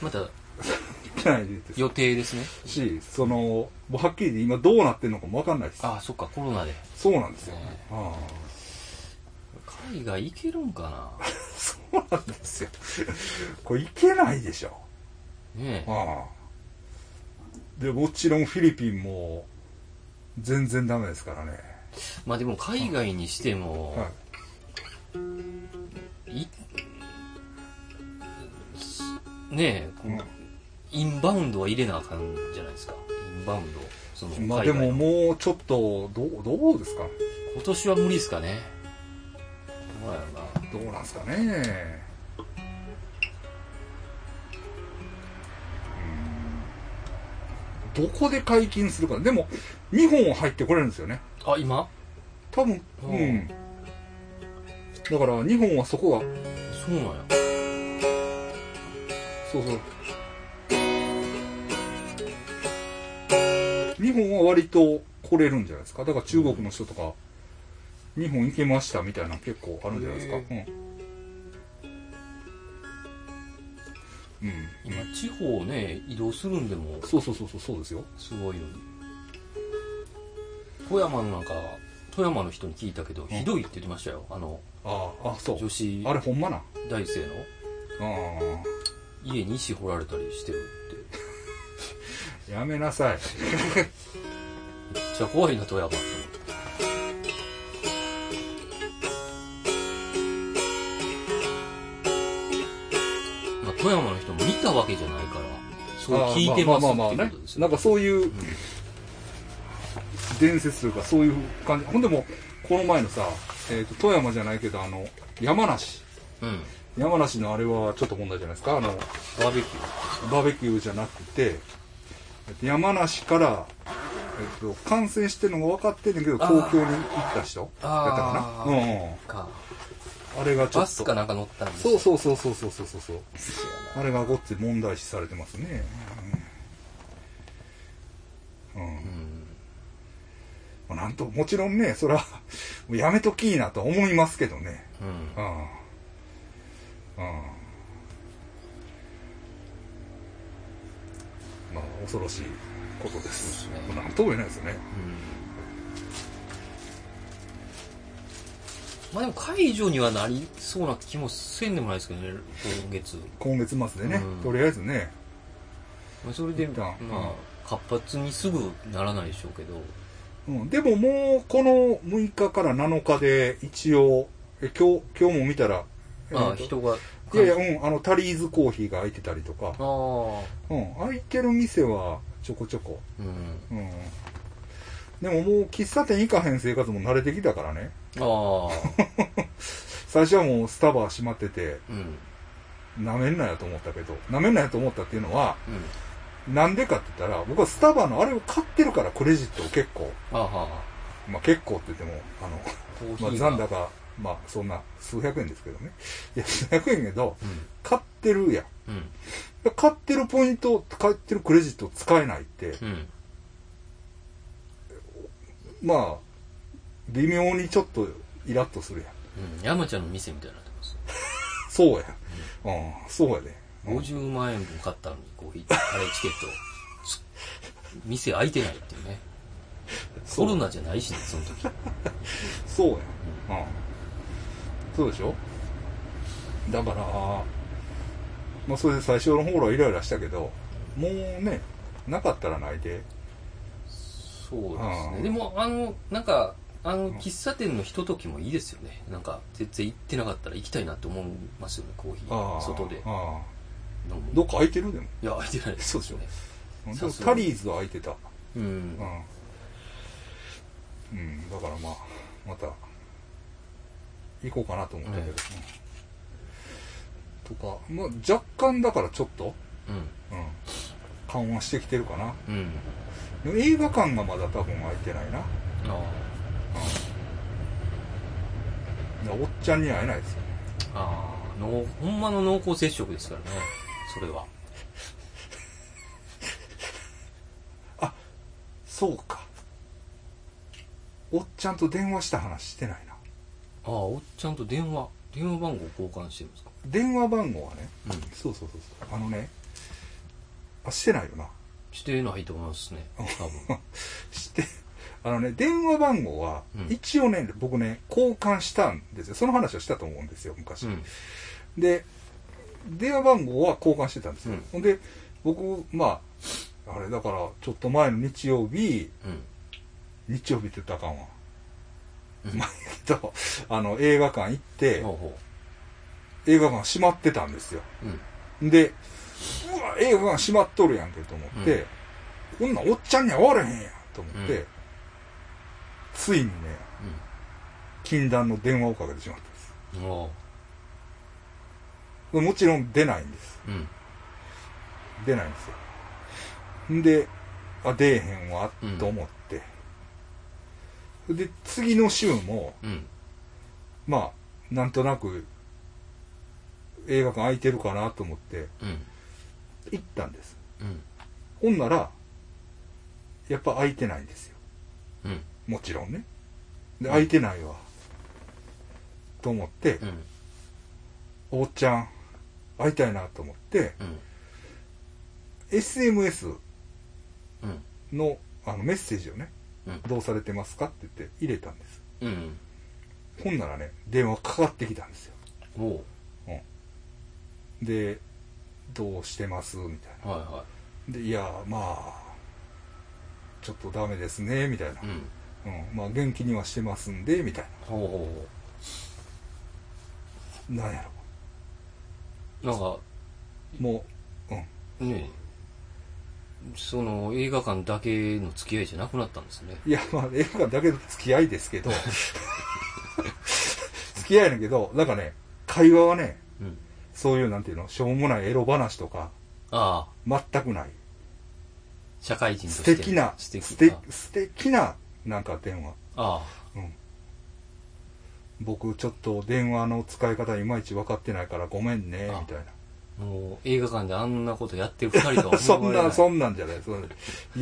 S2: また
S1: 売ってないです
S2: 予定ですね
S1: しそのもうはっきり言って今どうなってるのかもわかんないです
S2: あそっかコロナで
S1: そうなんですよ、
S2: ね
S1: ああ
S2: 海外行けるんか
S1: そうなんですよ。これいけないでしょ。
S2: なねえ
S1: ああ。で、もちろんフィリピンも全然ダメですからね。
S2: まあでも海外にしても、、
S1: はい
S2: ねえこう、
S1: うん
S2: インバウンドは入れなあかんじゃないですかインバウンドその
S1: い。
S2: 海
S1: まあ
S2: 外
S1: で
S2: の
S1: ももうちょっと、どう、どうですか
S2: 今年は無理ですかねどうやろうな
S1: どうなんすかねうんどこで解禁するかでも2本入ってこれるんですよね
S2: あ今
S1: 多分
S2: あ
S1: う
S2: あ
S1: んだから2本はそこが
S2: そうなんや
S1: そうそう2本は割と来れるんじゃないですかだから中国の人とか2本行けましたみたいなの結構あるんじゃないですか
S2: へ
S1: うん、うん
S2: 今地方ね移動するんでも
S1: そうそうそうそうそうですよ
S2: すごいよね富山のなんか富山の人に聞いたけどひどいって言ってましたよあの
S1: あああそう
S2: 女子
S1: あれほんまなあ
S2: 大生の
S1: あ
S2: 家に石掘られたりしてるって
S1: やめなさい
S2: めっちゃ怖いな富山って思ってまあ、富山の人も見たわけじゃないからそう
S1: ああ
S2: 聞いてます
S1: あ
S2: っ
S1: まあ
S2: ていうことです
S1: な
S2: よ
S1: んかそういう伝説というかそういう感じほんでもこの前のさ、えー、と富山じゃないけどあの山梨
S2: うん
S1: 山梨のあれはちょっと問題じゃないですかあの
S2: バーベキュー
S1: バーベキューじゃなくてえっと山梨から、えっと、感染してるのが分かってんねんけど
S2: あー
S1: 東京に行った人だったか
S2: あー
S1: なうんうん
S2: か
S1: あれがちょ
S2: バ
S1: っ
S2: ス
S1: と
S2: かなんか乗ったんです
S1: そうそうそうそうそうそうそうそう
S2: そうやな
S1: あれがごっつい問題視されてますねうん、うんまあなんともちろんねそれはもうやめときいなとは思いますけどね
S2: うん、うん
S1: うんうんまあ恐ろしいことです
S2: そうですね
S1: 何とも言えないですよね
S2: まあでも解除にはなりそうな気もせんでもないですけどね、今月。
S1: 今月末でね、
S2: うん
S1: とりあえずね
S2: まあそれで、
S1: 一旦
S2: まあ、活発にすぐならないでしょうけど、
S1: うん、でももうこの6日から7日で一応え今日今日も見たら
S2: ま
S1: え
S2: あ
S1: ーと
S2: 人が、
S1: いやいや、うん、あの、タリーズコーヒーが開いてたりとか
S2: あ、あ、
S1: うん、開いてる店はちょこちょこ。
S2: うん。
S1: うん。でももう喫茶店行かへん生活も慣れてきたからね。
S2: ああ、
S1: 最初はもうスタバ閉まってて、
S2: うん、うん。
S1: 舐めんなやと思ったけど、舐めんなやと思ったっていうのは、なんでかって言ったら、僕はスタバのあれを買ってるから、クレジットを結構。
S2: ああ、
S1: まあ結構って言っても、あの、
S2: コーヒ
S1: まあ
S2: ーが。
S1: 残高、まあそんな数百円ですけどね。いや、数百円やけど、
S2: う
S1: 買ってるやん。
S2: ん、
S1: 買ってるポイント、買ってるクレジット使えないって、
S2: うん、うん。
S1: まあ、微妙にちょっとイラッとするやん。
S2: うん、山ちゃんの店みたいになってます。
S1: そうや。うん、そうやで。うん
S2: 50万円分買ったのに、コーヒー、あれチケット、つ店開いてないっていうね。
S1: そ
S2: コ
S1: う
S2: ロナじゃないしね、その時。
S1: そうや。うん。そうでしょだから、まあそれで最初の頃はイライラしたけど、もうね、なかったら泣いて、
S2: そうです
S1: う
S2: ね。
S1: ん
S2: でも、あの、なんか、あの、喫茶店のひとときもいいですよね。なんか、全然行ってなかったら行きたいなって思いますよね、コーヒ
S1: あ
S2: ー。
S1: あ
S2: 外で
S1: あ
S2: 飲む。
S1: あどっか空いてるでも。
S2: いや、空いてないです。
S1: そうでしょ
S2: ね。
S1: うんで
S2: さ
S1: も
S2: すが
S1: タリーズは空いてた。
S2: う。
S1: うんん。うん、だからまあ、また、行こうかなと思ったけど。
S2: え
S1: うんとか、まあ若干だからちょっと、
S2: うん。
S1: うん、緩和してきてるかな。
S2: うん。
S1: でも映画館がまだ多分空いてないな。
S2: あ
S1: いやおっちゃんに会えないですよ。
S2: あ。ああ。の、ほんまの濃厚接触ですからね。それは。
S1: そうか。おっちゃんと電話した話してないな。
S2: ああ、おっちゃんと電話、電話番号交換してるんですか
S1: 電話番号はね、
S2: うん。
S1: そうそうそうそう。あのね、あ、してないよな。
S2: してないと思いますね。 多分。
S1: して、 あのね、電話番号は
S2: う、ん
S1: 一応ね、僕ね、交換したんですよ。その話をしたと思うんですよ、昔。
S2: うん。
S1: で、電話番号は交換してたんですよ。
S2: うん
S1: ほんで、僕、まあ、あれだから、ちょっと前の日曜日、
S2: うん。
S1: 日曜日って言ったらあかんわ。
S2: う ん
S1: 前と、あの、映画館行って、
S2: ほうほ
S1: 映画館閉まってたんですよ。
S2: う。うん。
S1: で、うわ、映画館閉まっとるやんけと思って、こんなんおっちゃんには終われへんやんと思って、
S2: うん
S1: ついにね、禁断の電話をかけてしまったんです。
S2: うん。も
S1: もちろん出ないんです。
S2: うん。
S1: 出ないんですよ。んで、あ、出えへんわ
S2: うん、
S1: と思って。で、次の週も、
S2: うん。
S1: まあ、なんとなく、映画館空いてるかなと思って、
S2: うん。
S1: 行ったんです。
S2: うん。
S1: ほんなら、やっぱ空いてないんですよ。
S2: うん。
S1: もちろんね。で、空いてないわ。と思って、
S2: うん。
S1: おっちゃん、会いたいなと思って、
S2: うん。
S1: SMS
S2: うん。
S1: のあのメッセージをね、
S2: うん
S1: どうされてますかって言って入れたんです。
S2: うん。
S1: ほんならね、電話かかってきたんですよ。
S2: おう。
S1: で、どうしてますみたい
S2: はいは
S1: な。で、いや、まあ、ちょっとダメですね、みたいな。
S2: い。
S1: う
S2: うん。
S1: ん、まあ、元気にはしてますんで、みたい
S2: ほうほうほ
S1: な。なんやろ。
S2: う。なんか、
S1: もう、うん。
S2: ねえその映画館だけの付き合いじゃなくなったんですね。
S1: いや、まあ、映画館だけの付き合いですけど、 付き合いやねんけど、なんかね、会話はね、
S2: うん。
S1: そういうなんていうの、しょうもないエロ話とか、
S2: ああ、
S1: 全くない。
S2: 社会人と
S1: 素
S2: して。
S1: 敵な、
S2: 素敵
S1: 素
S2: な
S1: 敵。素敵な、なんか電話。
S2: あ
S1: うん。僕、ちょっと電話の使い方いまいち分かってないからごめんね、
S2: あ
S1: みたい
S2: あ、もう映画館であんなことやってる二人とは
S1: な。 そ
S2: 思わ
S1: ん
S2: れない。
S1: な、そんなんじゃない。そんない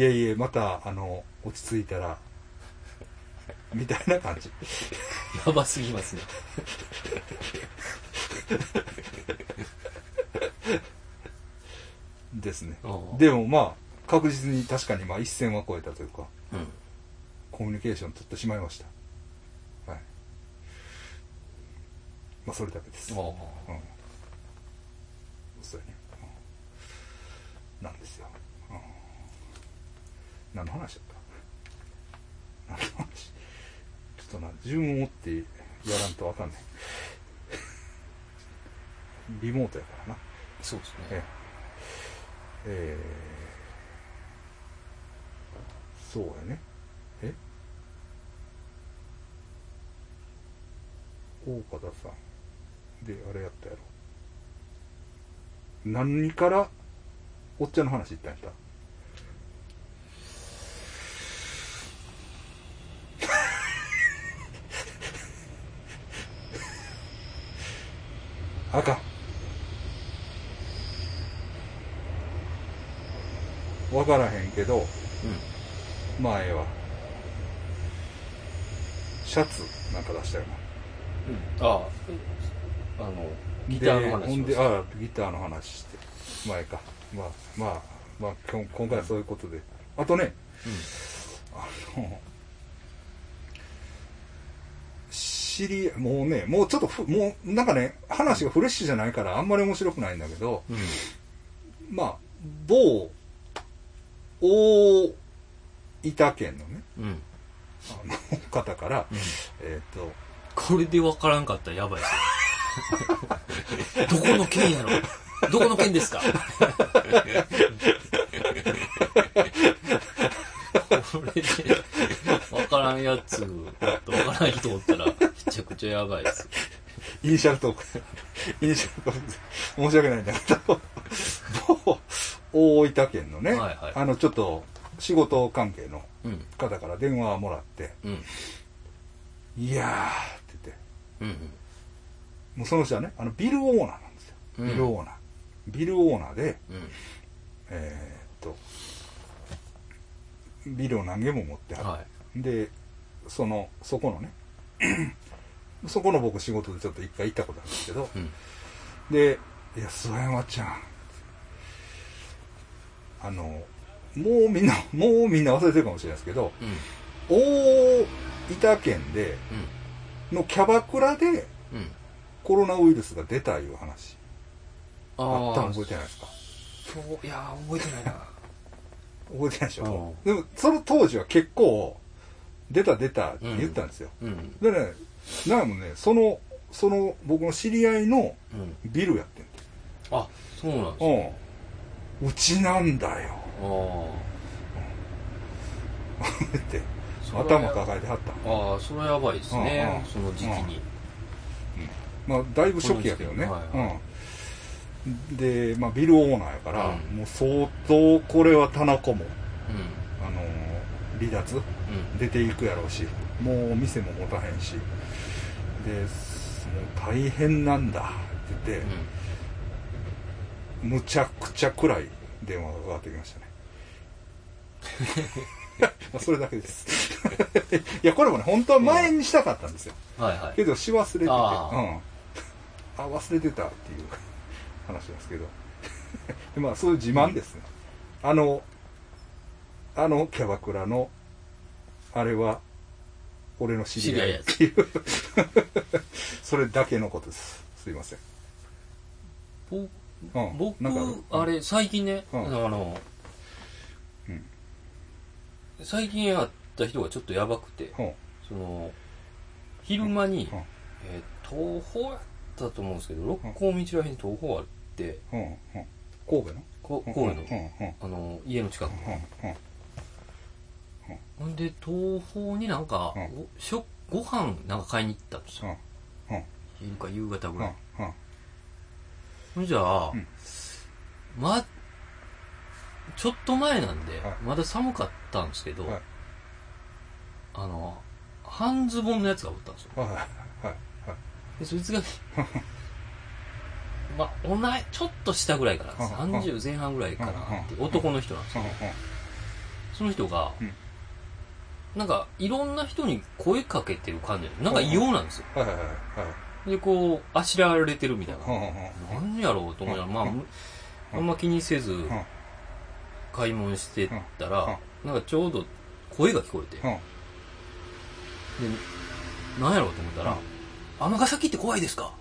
S1: えいえ、また、あの、落ち着いたら、みたいな感じ。
S2: やばすぎますね。
S1: ですね。
S2: ああ
S1: でもまあ確実に確かにまあ一線は越えたというか
S2: うん。
S1: コミュニケーション取ってしまいましたはいまあそれだけですうん
S2: ああ
S1: そうやね、うんなんですよ、うん何の話だった何の話ちょっとな順を追ってやらんとわかんないリモートやからな
S2: そうですね。
S1: ええええそうやねえ大方さんであれやったやろ何からおっちゃんの話言ったんや ったあかん分からへんけどまあええわシャツなんか出したよな
S2: うん。うん。ああ、あの、ギターの
S1: で
S2: 話
S1: ほん
S2: をし
S1: で
S2: ます。
S1: ああギターの話してまあええかまあまあまあ今日今回はそういうことであとねあの知り合いもうねもうちょっとふもうなんかね話がフレッシュじゃないからあんまり面白くないんだけど
S2: うん。うん。
S1: まあ某大分県のね
S2: うん。
S1: あの方から、
S2: うん
S1: えっ、と
S2: これでわからんかったらやばいですよ。どこの県やろどこの県ですかこれでわからんやつ、わからん人おったらめちゃくちゃやばいですよ。
S1: イニシャルトーク。イニシャルトーク。申し訳ないんだけど、某大分県のね、
S2: はいはい
S1: あの、ちょっと仕事関係の
S2: うん。
S1: 方から電話をもらって、
S2: うん。
S1: いやーって言って、
S2: うん。
S1: もうその人はね、あの、ビルオーナーなんですよ。
S2: うん
S1: ビルオーナー。ビルオーナーで、
S2: うん。
S1: えーっと、ビルを何軒も持ってはる。
S2: はい。
S1: で、その、そこのね、 そこの僕仕事でちょっと一回行ったことあるんですけど、
S2: うん。
S1: で、いや、諏訪山ちゃん。あの、もうみんな、 もうみんな忘れてるかもしれないですけど、
S2: うん。
S1: 大分県で、のキャバクラで
S2: うん。うん。
S1: コロナウイルスが出たいう話、
S2: あ
S1: あった
S2: あ
S1: の覚えてないですか
S2: そう、いやー、覚えてないな。
S1: 覚えてないでしょ
S2: う
S1: でも、その当時は結構、出た出たって言ったんですよ。
S2: うん。
S1: でね、なんもね、その、その僕の知り合いの
S2: うん。
S1: ビルやってん
S2: あ、そうなんですね
S1: のうん。うちなんだよ。
S2: ああ。
S1: って、
S2: それは
S1: 頭抱えてはった。
S2: ああ、それはやばいですね
S1: う。ん
S2: その時期に。
S1: まあ、だいぶ初期やけどね。
S2: はいは
S1: で、まあ、ビルオーナーやから、
S2: うん
S1: もう相当これは田中も、
S2: う
S1: あのー離脱
S2: んうん
S1: 出ていくやろうしもう店も持たへんしですもう大変なんだって言って、むちゃくちゃくらい電話がかかってきましたねまあそれだけです いやこれもね本当は前にしたかったんですよ、
S2: うんはいはい
S1: けどし忘れててうん
S2: あ
S1: あ忘れてたっていう話なんですけどでまあそういう自慢ですね、あのあのキャバクラのあれは俺の知り合いっていうそれだけのことですすいません
S2: ぼ
S1: うん
S2: 僕
S1: なんかうん
S2: あれ最近ね、
S1: うん
S2: あの、
S1: うん
S2: 最近会った人がちょっとやばくて
S1: ほう
S2: その昼間に、
S1: うん
S2: えー東宝やったと思うんですけど六甲道らへんに東宝あって
S1: うんうん神戸の
S2: こ神戸の、
S1: うんうんうん
S2: あの家の近く
S1: うん
S2: ほんで東宝になんか、
S1: うん
S2: おしょご飯なんか買いに行ったんですよ
S1: うんうん
S2: 昼か夕方ぐ
S1: うん
S2: らい、ほんじゃあ、
S1: うん
S2: まちょっと前なんで、
S1: はい
S2: まだ寒かったんですけど、
S1: はい
S2: あの半ズボンのやつがおったんですよ
S1: はいはいはい
S2: でそい つがまあおなちょっと下ぐらいかな
S1: うんうん
S2: 30前半ぐらいかなって
S1: うん
S2: 男の人なんですよ
S1: うんうん
S2: その人が、
S1: うん
S2: なんかいろんな人に声かけてる感じなんですなんか異様なんですよ
S1: はいはいはいはい
S2: でこうあしらわれてるみたいな
S1: うんうんうん
S2: 何やろうと思いながらまあ
S1: うん
S2: むあんま気にせず
S1: うんうん
S2: 買い物してた
S1: うん
S2: らなんかちょうど声が聞こえて
S1: うん
S2: でなんやろうと思った
S1: うん
S2: ら「尼崎って怖いですか?」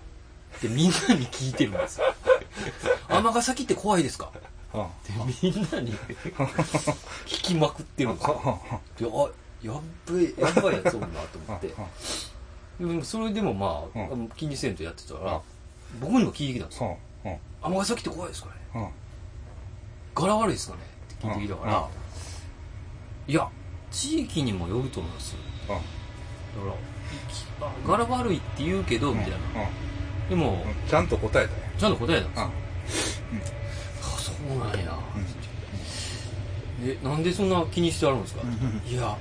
S2: ってみんなに聞いてるん ですよ「尼崎って怖いですか?」
S1: うん
S2: ってみんなに聞きまくってるんですよであやっべえやばいやつおるなと思ってでもそれでもまあ、
S1: う
S2: 気にせんとやってた
S1: うん
S2: ら、僕にも聞いてきたんですよ
S1: そううん
S2: 「尼崎って怖いですかね
S1: うん
S2: 柄悪いですかね?」って聞いてきたから、
S1: うんうん
S2: いや地域にもよると思うんですよ
S1: うん
S2: だからきあ柄悪いって言うけどみたいな、でも、
S1: うんちゃんと答えたよ
S2: ちゃんと答えたんです
S1: う
S2: よ、
S1: ん
S2: あそうなんや、えなんでそんな気にしてあるんですか、いや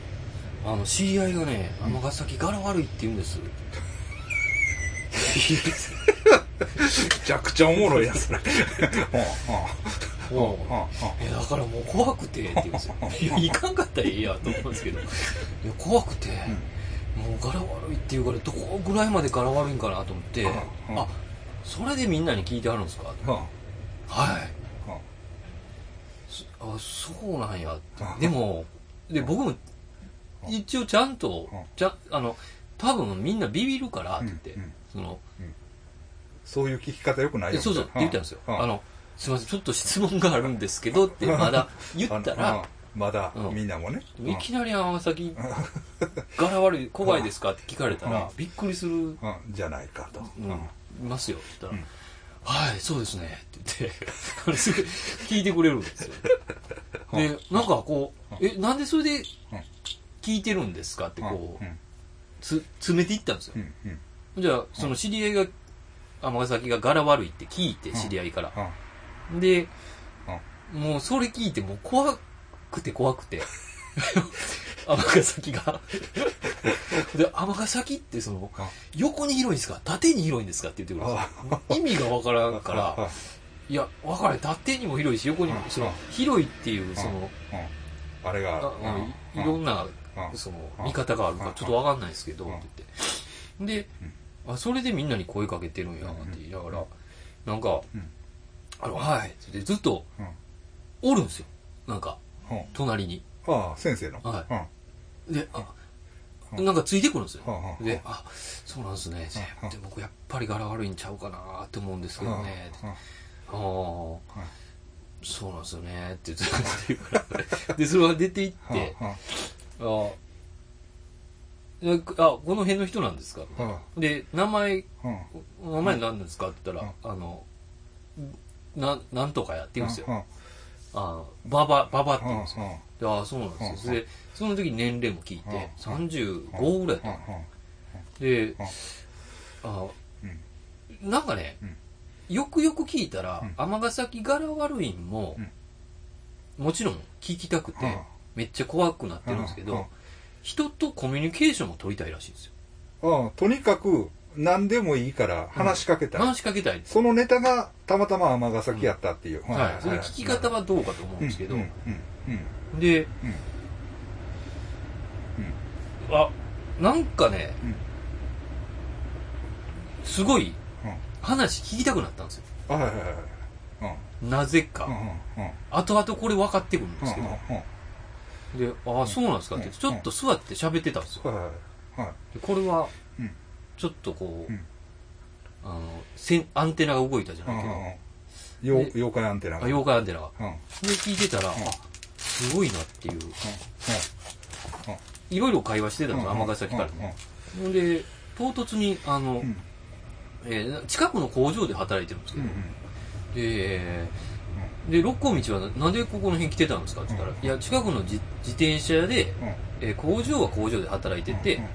S2: あの知り合いがね尼崎柄悪いって言うんです、
S1: めちゃくちゃおもろいやつだ
S2: うんうんいやだからもう怖くてって言うんですよいや行かんかったらええやと思うんですけどいや怖くて、もう柄悪いっていうからどこぐらいまで柄悪いんかなと思って、
S1: うん
S2: あそれでみんなに聞いてあるんですかはいそあそうなんやって
S1: うん
S2: でもで僕も一応ちゃんと
S1: うん
S2: じゃあの多分みんなビビるからって言って、
S1: うんうん
S2: その
S1: そういう聞き方よくない
S2: え
S1: よ
S2: そうそうって言ったんですよ、
S1: う
S2: あのすいませんちょっと質問があるんですけどってまだ言ったら、
S1: あのうんまだ
S2: うん
S1: みんなもねうん
S2: いきなり尼崎柄悪い怖いですかって聞かれたら
S1: う
S2: びっくりする、
S1: うんじゃないかと
S2: うんいますよって言ったら
S1: う
S2: 「
S1: ん
S2: はいそうですね」って言ってあのすぐ聞いてくれるんですよでなんかこう「えなんでそれで聞いてるんですか?」ってこう
S1: うん
S2: つ詰めていったんですよ
S1: うんうん
S2: じゃあその知り合いが尼崎が柄悪いって聞いて知り合いから
S1: うん
S2: でもうそれ聞いてもう怖くて怖く て尼崎がで尼崎ってその
S1: うん
S2: 横に広いんですか縦に広いんですかって言ってくるんですよ意味がわからんからいや分からん縦にも広いし横にも
S1: うん
S2: その広いっていうその
S1: うんあれが
S2: あ
S1: う
S2: いろん
S1: う
S2: な
S1: うん
S2: その
S1: うん
S2: 見方があるからちょっとわかんないですけど
S1: うん
S2: って言ってであそれでみんなに声かけてるんやって言いながらなんか
S1: うん
S2: 「あのはい」って言ってずっと
S1: うん
S2: おるんですよなんか
S1: うん
S2: 隣に。
S1: ああ先生の
S2: は
S1: うん
S2: で、あ、
S1: うん
S2: なんかついてくるんですよ
S1: う。んうん
S2: で、あ、そうなんですね。
S1: うん
S2: で僕やっぱり柄悪いんちゃうかなって思うんですけどね。
S1: うん
S2: ああー、そうなんですよねってずっと言うから。で、それは出て行って、あーであ、この辺の人なんですか
S1: うんうん
S2: で、名
S1: う
S2: 前、
S1: ん
S2: お名前何なんですかって言ったら、あの、な、なんとかやって言うんですよ。
S1: うんうん
S2: あーババ、ババって
S1: う
S2: 言うん
S1: ん
S2: ですよ。
S1: うん
S2: でああ、そうなんですよ。それで、その時に年齢も聞いて、
S1: うん
S2: 35ぐらいだった
S1: うんうん
S2: で、あ
S1: うん
S2: なんかね、
S1: うん
S2: よくよく聞いたら
S1: うん
S2: 尼、崎柄悪いんも、もちろん聞きたくて、
S1: はあ
S2: めっちゃ怖くなってるんですけど、
S1: はあはあ
S2: 人とコミュニケーションを取りたいらしいんですよ
S1: うん、とにかく何でもいいから話しかけたい、
S2: 話しかけたいんです、
S1: そのネタがたまたま尼崎やったっていう、
S2: はいそれ聞き方
S1: は
S2: はどうかと思うん
S1: うん
S2: ですけど、
S1: うんうんうん
S2: で、あなんかね、
S1: うん
S2: すごい
S1: うん
S2: 話聞きたくなったんですよ
S1: あはいはいはいはい
S2: なぜか、
S1: うんうんうんうん
S2: 後々これ分かってくるんですけど、
S1: う
S2: で、ああ、そうなんですかって、
S1: うん
S2: ちょっと座って喋ってたんですよ。
S1: んうんはいはいはい
S2: でこれは
S1: うん、
S2: ちょっとこう、
S1: うん
S2: あの、せんアンテナが動いたじゃ
S1: う
S2: ないけど、
S1: んうんうんよ
S2: で
S1: 妖怪アンテナ
S2: あ
S1: がうん
S2: 妖怪アンテナが。
S1: うんうん
S2: で、聞いてたら、
S1: ん
S2: あ、すごいなっていう、いろいろ会話してたんですよ、尼、崎からね。ほんで、唐突に、あの、
S1: うん
S2: えー近くの工場で働いてるんですけ
S1: うんう
S2: ど、
S1: ん
S2: で、えーで、六甲道はななんでここの辺来てたんですかって言ったら、
S1: うん
S2: いや、近くの自自転車屋で、
S1: うん
S2: えー工場は工場で働いてて、
S1: うん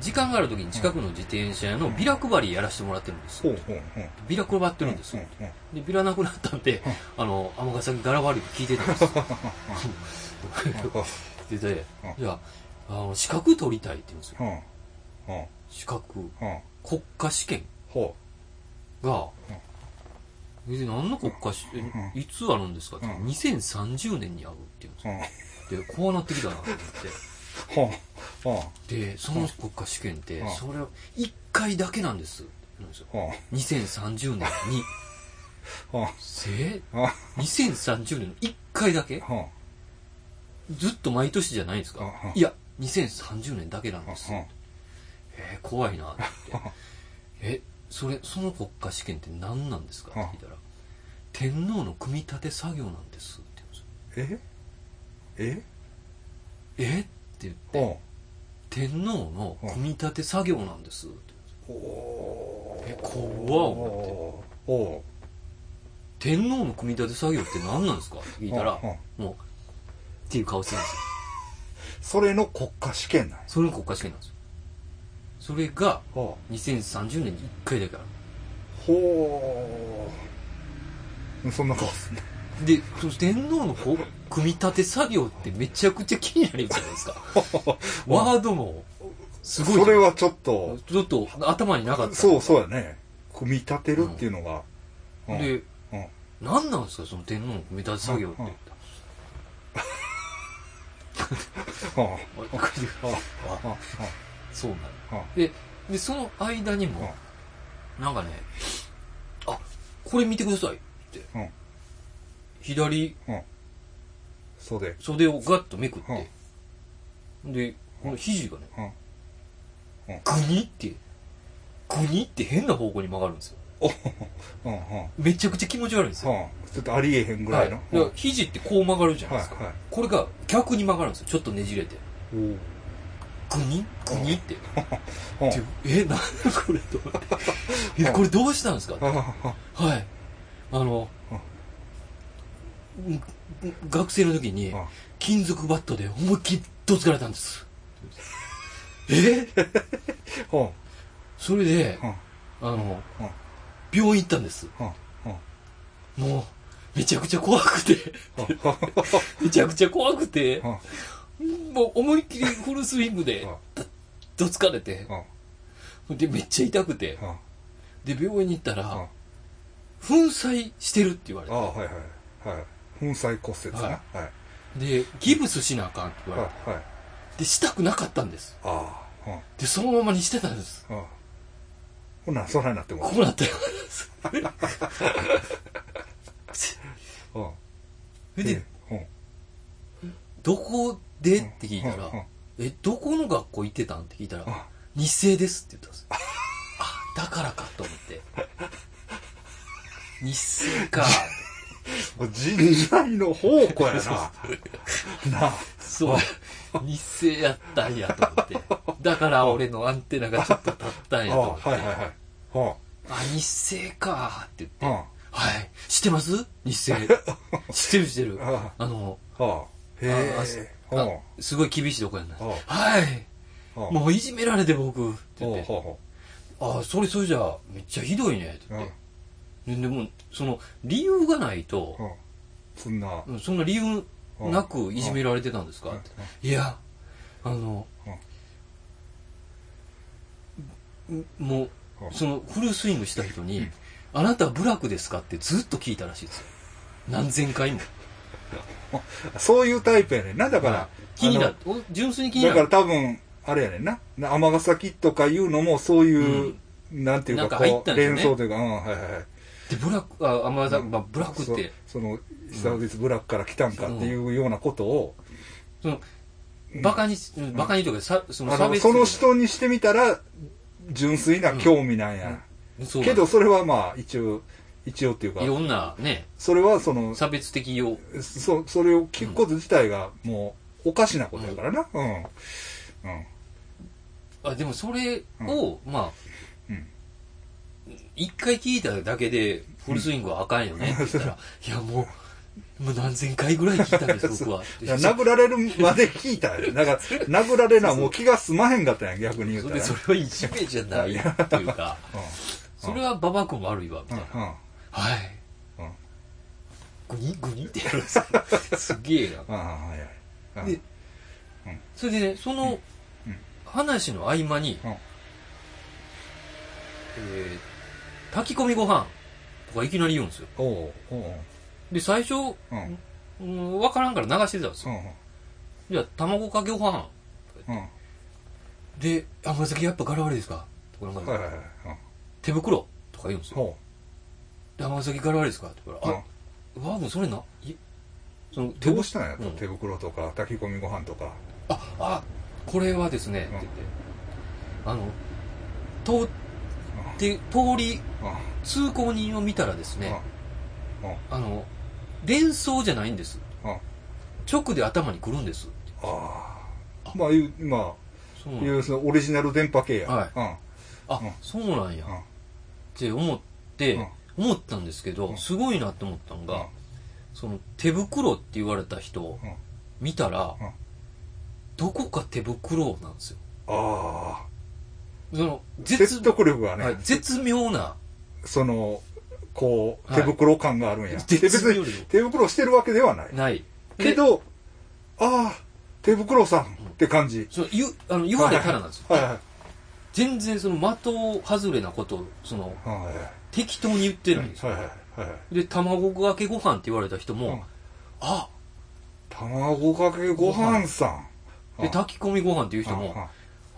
S2: 時間がある時に近くの自転車屋のビラ配りやらせてもらってるんです
S1: ほうほうほう
S2: ビラ配ってるんです
S1: う
S2: よ
S1: んうん
S2: でビラなくなったんであの尼崎柄悪い聞いてたんですよでで
S1: うん
S2: じゃあの資格取りたいって言うんですよ
S1: うんうん
S2: 資格
S1: うん
S2: 国家試験
S1: ほ
S2: がえで何の国家試
S1: ん
S2: えいつあるんですかって
S1: うん
S2: 2030年にあるって言うんです
S1: ううん
S2: よでこうなってきたなと思って
S1: ほうほ
S2: でその国家試験って
S1: うん
S2: それを1回だけなんですって言うんですよ
S1: うほ
S2: 2030年に
S1: うほう
S2: せ
S1: ほう
S2: 2030年の1回だけ
S1: ほう
S2: ずっと毎年じゃないんです
S1: う
S2: か
S1: んうん
S2: いや、2030年だけなんです。
S1: うんう
S2: え
S1: ん
S2: ー、怖いなって言って。え、それ、その国家試験って何なんですかって聞いたら、天皇の組み立て作業なんですって言うんですよ。
S1: ええ
S2: えって言って、
S1: ほ
S2: 天皇の組み立て作業なんですって
S1: うほ
S2: 言
S1: う
S2: うんですよ。え、怖っ思って。
S1: ほうほ
S2: 天皇の組み立て作業って何なんですかって聞いたら、
S1: うんうん
S2: もう、っていう顔してるんですよ。
S1: うそれの国家試験なんや
S2: それの国家試験なんですよ。それが、
S1: ほ
S2: 2030年に1回だけあ
S1: うほうそんな顔すんね
S2: る。で、その天皇のこう組み立て作業ってめちゃくちゃ気になるじゃない ですか。ワードも、すごい。
S1: それはちょっと
S2: ちょっと頭になかった。
S1: そうそうやね組み立てるっていうのがうん
S2: で、
S1: うん
S2: 何なんですか、その天皇の組み立て作業って言っ
S1: ほうほう
S2: たら。あこれで
S1: ほう
S2: あ
S1: ほう
S2: そうなる。
S1: ほう
S2: で、で、その間にも、なんかね、あ、これ見てくださいって。
S1: うん
S2: 左
S1: うんそうで
S2: 袖をガッとめくって、で、この肘がね、グニって、グニって変な方向に曲がるんですよ。
S1: うんうん
S2: めちゃくちゃ気持ち悪いんですよ。
S1: うんちょっとありえへんぐらいの
S2: はいだから肘ってこう曲がるじゃないですか。
S1: はいはい
S2: これが逆に曲がるんですよ。ちょっとねじれて。
S1: うん
S2: グニグニって。
S1: うん
S2: でえ、なんだこれと思って。 え、これどうしたんですか
S1: ああ
S2: はい。あの、んん学生の時に
S1: うん
S2: 金属バットで思いっきりどつかれたんです。え
S1: ほ
S2: それで
S1: う、ほう
S2: あの
S1: うん、
S2: 病院行ったんです。
S1: ほうほう
S2: もう、めちゃくちゃ怖くて、めちゃくちゃ怖くて、もう思いっきりフルスイングで、どつかれて、で、めっちゃ痛くて、で、病院に行ったら、粉砕してるって言われ
S1: ああはいはいはい粉砕骨折な
S2: は
S1: はいはい
S2: て、で、ギブスしなあかんって言われて、
S1: はい
S2: で、したくなかったんです。
S1: ああうん
S2: で、そのままにしてたんです。
S1: ああほんならそないなっても
S2: こうなったよ。
S1: うん
S2: それで、
S1: うん
S2: どこでって聞いた
S1: うんうん
S2: ら、え、どこの学校行ってたんって聞いたら、
S1: あ
S2: 日生ですって言ったんですよ。あ、だからかと思って。日生か。
S1: 人材の宝庫やななあ
S2: そう。日生やったんやと思って。だから俺のアンテナがちょっと立ったんや
S1: あ
S2: と思
S1: あ
S2: って。
S1: はいはいはいは
S2: あ、日生かって
S1: あ
S2: 言って。はい。知ってます 日生。知ってる知ってる。
S1: あ
S2: あの、
S1: あはあへ
S2: あ
S1: え
S2: ああすごい厳しいとこやな。
S1: うん
S2: はい。
S1: うん
S2: もういじめられて僕。って言って。
S1: ほうほ
S2: あ、それそれじゃあ、めっちゃひどいね。って
S1: う
S2: 言っ
S1: ん
S2: て。ででも、その、理由がないと、
S1: うん。そんな。
S2: そんな理由なくいじめられてたんですか、っていや、あの、もう、そのフルスイングした人に、
S1: うん
S2: あなたはブラックですかってずっと聞いたらしいですよ。何千回も。
S1: そういうタイプやねんな。だから、
S2: 気にな
S1: あ
S2: る。お純粋に気
S1: の
S2: にな
S1: だから
S2: る。
S1: 多分、あれやねんな。な尼崎とかいうのもそういう、なんていう
S2: なん
S1: か、
S2: か
S1: こ
S2: 入っ
S1: う、
S2: たんです
S1: 連
S2: よね
S1: 想というか、うん、はいはいはい。
S2: で、ブラック、あ、あんまさ、まあ、ブラックって、
S1: そ。その、久々ブラックから来たんかっていうようなことを、
S2: その、バカに、バカにというか、さその
S1: あ
S2: 差
S1: の
S2: 別
S1: その人にしてみたら、純粋な興味なんや。
S2: そう
S1: けど、それはまあ、一応、一応っていうか
S2: い、ろんなね、
S1: それはその、
S2: 差別的用。
S1: そそれを聞くこと自体がもうおかしなことやからな。うん。うん。
S2: あ、でもそれを、ま
S1: う
S2: あ
S1: ん、
S2: 一、回聞いただけで、フルスイングはあかんよねって言ったら、 いやもう、もう何千回ぐらい聞いたん です、僕は。
S1: いや殴られるまで聞いたよ。だから、殴られるのはもう気が済まへんかったんや、逆に言う
S2: そ
S1: た
S2: れ
S1: ら。
S2: でそれはいじめじゃないっていうか、それはババ君もあるいわ、み
S1: う
S2: た
S1: ん
S2: いな。はい。
S1: うん。うん。
S2: グニグニってやるんですよ すげえ
S1: うん。うん。はい
S2: な。
S1: はい。
S2: で、それでね、その
S1: うんうん、
S2: 話の合間に、
S1: うん
S2: えー炊き込みご飯とかいきなり言うんですよ。
S1: おおうおう
S2: で、最初、
S1: うん。うん。
S2: うん、わからんから流してたんですよ。じゃあ、卵かけご飯。
S1: うん。
S2: で、あ、紫やっぱ柄悪いですかとかなん
S1: はいはい
S2: か、
S1: はい。うん。
S2: 手袋とか言うんですよ。
S1: ほ
S2: で、甘崎柄悪いですかって言う
S1: う。
S2: か
S1: う
S2: ら、
S1: ん
S2: あ。、わあ、もうそれな、いその
S1: 手
S2: 手
S1: ぶ
S2: ぶ
S1: したんやと
S2: うん
S1: 手袋とか、炊き込みご飯とか。
S2: あ、あ、これはですね、って言って、あの、通って、通り、
S1: うん。うん。
S2: 通行人を見たらです
S1: うん
S2: ね、。あの、連想じゃないんです。
S1: うん。あ
S2: 直で頭に来るんです。
S1: あー。まあ、いう、ま
S2: そ
S1: あ、
S2: うなん
S1: い
S2: や
S1: う、そのオリジナル電波系や。
S2: はい
S1: うん。
S2: あ
S1: うん、
S2: そうなんや。
S1: うん。
S2: って思って、思ったんですけど、
S1: うん
S2: すごいなって思ったの
S1: うん。
S2: が、その手袋って言われた人を
S1: うん
S2: 見たら、
S1: うん
S2: どこか手袋なんですよ。
S1: ああ。
S2: その絶
S1: 説得力がね、
S2: はい絶妙な、
S1: その、こう、
S2: はい
S1: 手袋感があるんや。で
S2: 絶
S1: 別
S2: 妙
S1: に
S2: な
S1: 手袋してるわけではない。
S2: ない。
S1: け
S2: で、
S1: ど、ああ、手袋さんって感じ。
S2: その言うあの言われたらなんですよ。
S1: はいはい。
S2: 全然その的外れなことをその
S1: はい
S2: 適当に言って
S1: は
S2: ないいんですよ。
S1: はいはい。
S2: で、卵かけご飯って言われた人も、
S1: うん
S2: あ
S1: 卵かけご飯さん。
S2: で、炊き込みご飯っていう人も、
S1: は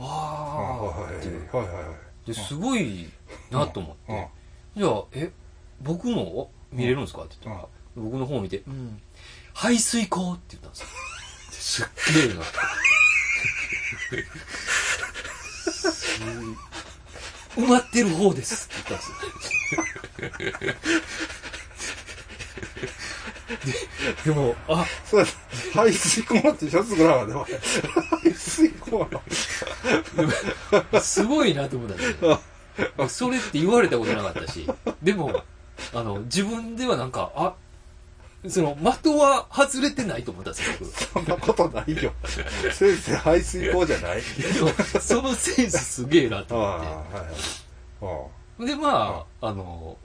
S2: あ
S1: い
S2: ーっていう。
S1: はいはいはい。
S2: で、すごいなと思って。じゃあ、え、僕も見れるんですかって言ったら、僕の方を見て、うん、排水口って言ったんですよ。ですっげえなって。す埋まってる方ですって言ったんですよ。ででも、あ、
S1: それ、排水口ってシャツぐらいはでも、排水口は
S2: すごいなと思ったんですよ。それって言われたことなかったし、でも、あの、自分ではなんか、あ、その、的は外れてないと思ったんですよ、
S1: そんなことない よ。先生、排水口じゃない
S2: 僕。でも、そのセンスすげえな
S1: あ
S2: と
S1: あ、は
S2: 思
S1: いはい。
S2: って。で、まあ、あの、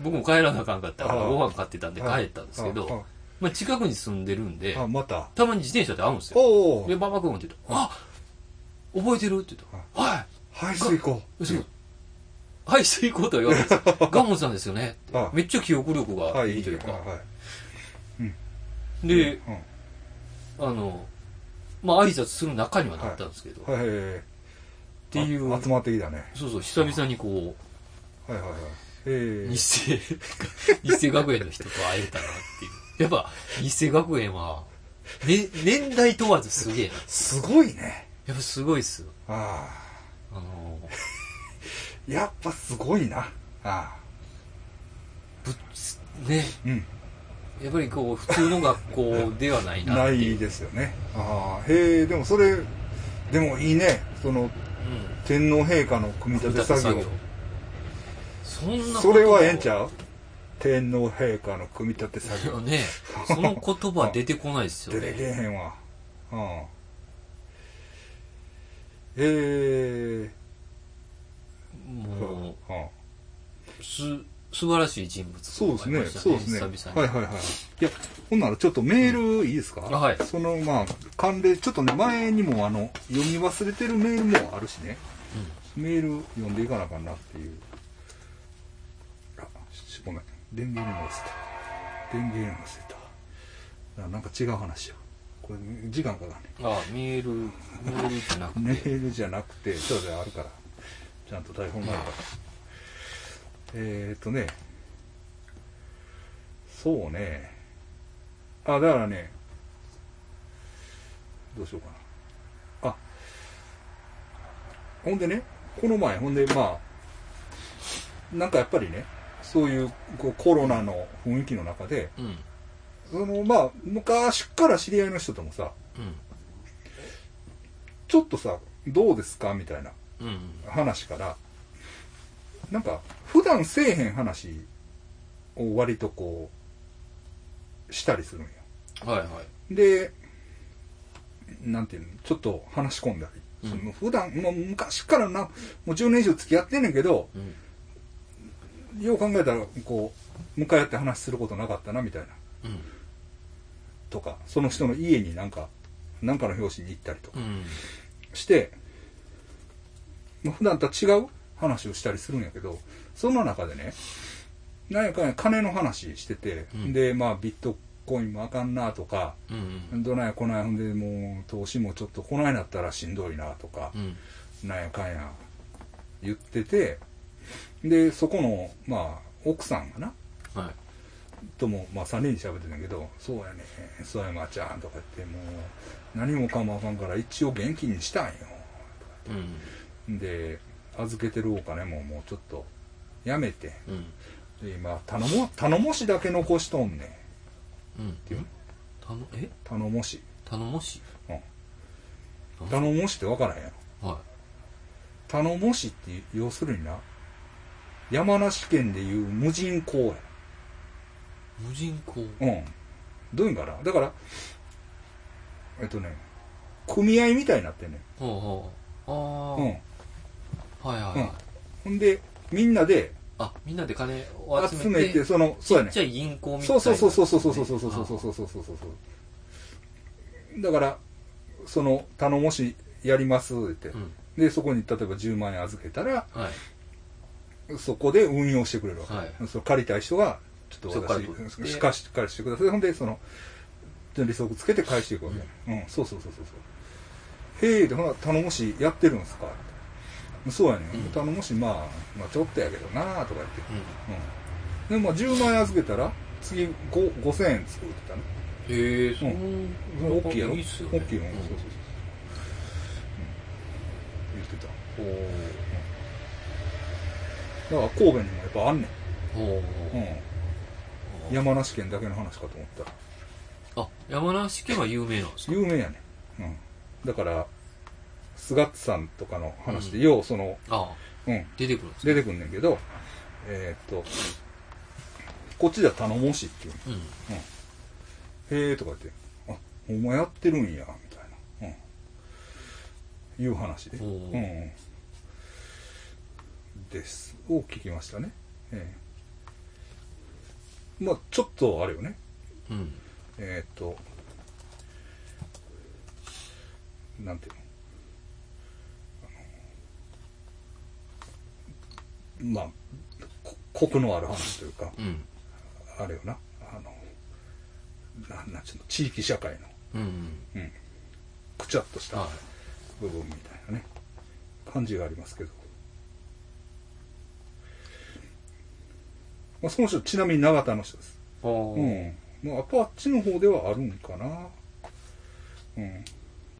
S2: 僕も帰らなあかんかったから、
S1: ああ
S2: ご飯買ってたんで帰ったんですけ
S1: あああ
S2: ど
S1: あ、
S2: まあ、近くに住んでるんで
S1: あ、、また。
S2: たまに自転車で会うんですよ。
S1: おお
S2: で、。馬場君って言うと、あ覚えてるって言うと、はい
S1: 排水口。
S2: そう。はい、水行とは言わない ですよ。ガモンさんですよねって
S1: ああ。
S2: めっちゃ記憶力がいいというか。
S1: は
S2: で、
S1: うん
S2: あの、まあ、挨拶する中にはなったんですけど、っ
S1: はいはいはい。って
S2: いう、
S1: 集まってきたね。
S2: そうそう、久々にこ
S1: はいはいはい。
S2: う、
S1: ええ
S2: 日生、日生学園の人と会えたなっていう。やっぱ、日生学園は、ね、年代問わずすげえな。
S1: すごいね。
S2: やっぱすごいっすよ。
S1: あ
S2: あの、
S1: あ。やっぱすごいな。ああ。
S2: ぶっ、ね、
S1: うん。
S2: やっぱりこう、普通の学校ではないな
S1: な
S2: っていう。
S1: いですよね。ああ。へえ、でもそれ、でもいいね。その、
S2: うん。
S1: 天皇陛下の組み立て作業。
S2: そんな
S1: それはええんち
S2: う
S1: ゃう天皇陛下の組み立て作業。
S2: ねその言葉出てこないですよ
S1: 出てけ
S2: ね
S1: えへんわ。うん。ええ。
S2: も
S1: うん。
S2: うす素晴らしい人物
S1: そうですね。
S2: がいました
S1: そうですね。
S2: 久
S1: は
S2: 々
S1: い
S2: に。
S1: はいはい。いや、ほんならちょっとメールいいですか、
S2: うんあはい
S1: その、まあ、関連、ちょっとね、前にもあの、読み忘れてるメールもあるしね。メール読んでいかなあかんなっていう。あ、しごめん。電源にも忘れた。電源にも忘れた。ななんか違う話よ。これ、時間かかんね。
S2: ああ、メール、メールじゃなくて。
S1: メールじゃなくて、ちょっとあるから。ちゃんと台本があるから。えーっとね。そうね。あ、だからね。どうしようかな。あ。ほんでね、この前、ほんで、まあ、なんかやっぱりね、そういうこうコロナの雰囲気の中で、
S2: うん。うん。
S1: そのまあ、昔から知り合いの人ともさ、ちょっとさ、どうですかみたいな。
S2: うん。うん。
S1: 話からなんか普段せえへん話を割とこうしたりするんよ
S2: はいはい。
S1: でなんていうのちょっと話し込んだり、
S2: うん
S1: その普段もう昔からなもう10年以上付き合ってんねんけど
S2: うん。
S1: よう考えたらこう向かい合って話することなかったなみたいな
S2: うん。
S1: とかその人の家になんかなんかの拍子に行ったりとか
S2: うん。
S1: して、まあ、普段とは違う話をしたりするんやけどその中でね何やかんや金の話してて、
S2: うん
S1: でまあビットコインもあかんなとか
S2: うん。
S1: どないやこないほんでもう投資もちょっとこないなったらしんどいなとか
S2: う、ん。
S1: なんやかんや言っててでそこのまあ奥さんかな
S2: はい。
S1: とも、まあ、3人で喋ってたんやけど「そうやねそうやまーちゃん」とか言ってもう何もかもあかんから一応現金にしたんよ
S2: うん。
S1: で預けてるお金ももうちょっとやめて
S2: うん。
S1: で今頼も頼もしだけ残しとんねんっ
S2: うん。
S1: ていう
S2: たの、え
S1: 頼もし、
S2: 頼もしい
S1: うん、
S2: 頼もし
S1: 頼もしって分からへんやろ
S2: は
S1: 頼もしって要するにな山梨県でいう無人公
S2: い。無人島。
S1: 園うんどういうんかなだからえっとね組合みたいになってんねん
S2: ほうほう。
S1: うん
S2: ああ。はいはいはい。
S1: ほんでみんなで
S2: あ、みんなで金を集
S1: 集
S2: め
S1: め
S2: て
S1: て、そのそう
S2: ち
S1: や
S2: っ
S1: ね
S2: ちゃい銀行みたい
S1: そう
S2: な。
S1: そうそうそうそうそうそうそうそうそうそう
S2: う。
S1: そうそうそうだからその頼もしやりますって、
S2: うん。
S1: でそこに例えば10万円預けたら
S2: はい。
S1: そこで運用してくれるわけ、
S2: はい
S1: その借りたい人がちょっ
S2: そ
S1: と
S2: っから
S1: 私
S2: 取って
S1: しかし返してくださいほんでその利息つけて返していくわけ、うんそうそうそうそうそうへえでほな頼もしやってるんですかってそうやね、
S2: うんん、
S1: 頼もしまあ、まあ、ちょっとやけどなとか言って
S2: うん。
S1: うん、でもまあ10万円預けたら次5 5000円作ってたね
S2: へえ、その
S1: 大きいやろ
S2: いいっすよ、
S1: 大
S2: ね。
S1: きいの、
S2: うん
S1: そうそうそう、うん、言ってた
S2: ほう
S1: だから神戸にもやっぱあんね
S2: ほ
S1: ん、
S2: う
S1: うん、山梨県だけの話かと思ったら
S2: あ、山梨県は有名なんですか
S1: 有名やねん、うん、だから菅津さんとかの話で、
S2: うん
S1: ようその、
S2: あ
S1: うん、
S2: 出てくるんです
S1: 出てくんねんけどえーっとこっちでは頼もしいっていう
S2: うん。
S1: へえとか言って、あ、お前やってるんや、みたいな。うん。いう話で。
S2: おー
S1: うん。です。を聞きましたね。ええまあ、ちょっとあれよね。
S2: うん。
S1: えーっと、なんていうのあのまあ、こコクのある話というか、
S2: うん。
S1: あれよな、あの、なんなんちゅうの、地域社会の、
S2: うん。
S1: うん、くちゃっとした
S2: は
S1: 部分みたいなね、感じがありますけど。まあ、その人、ちなみに永田の人です。
S2: い。お
S1: うん。まあ、アパッチの方ではあるんかな。うん。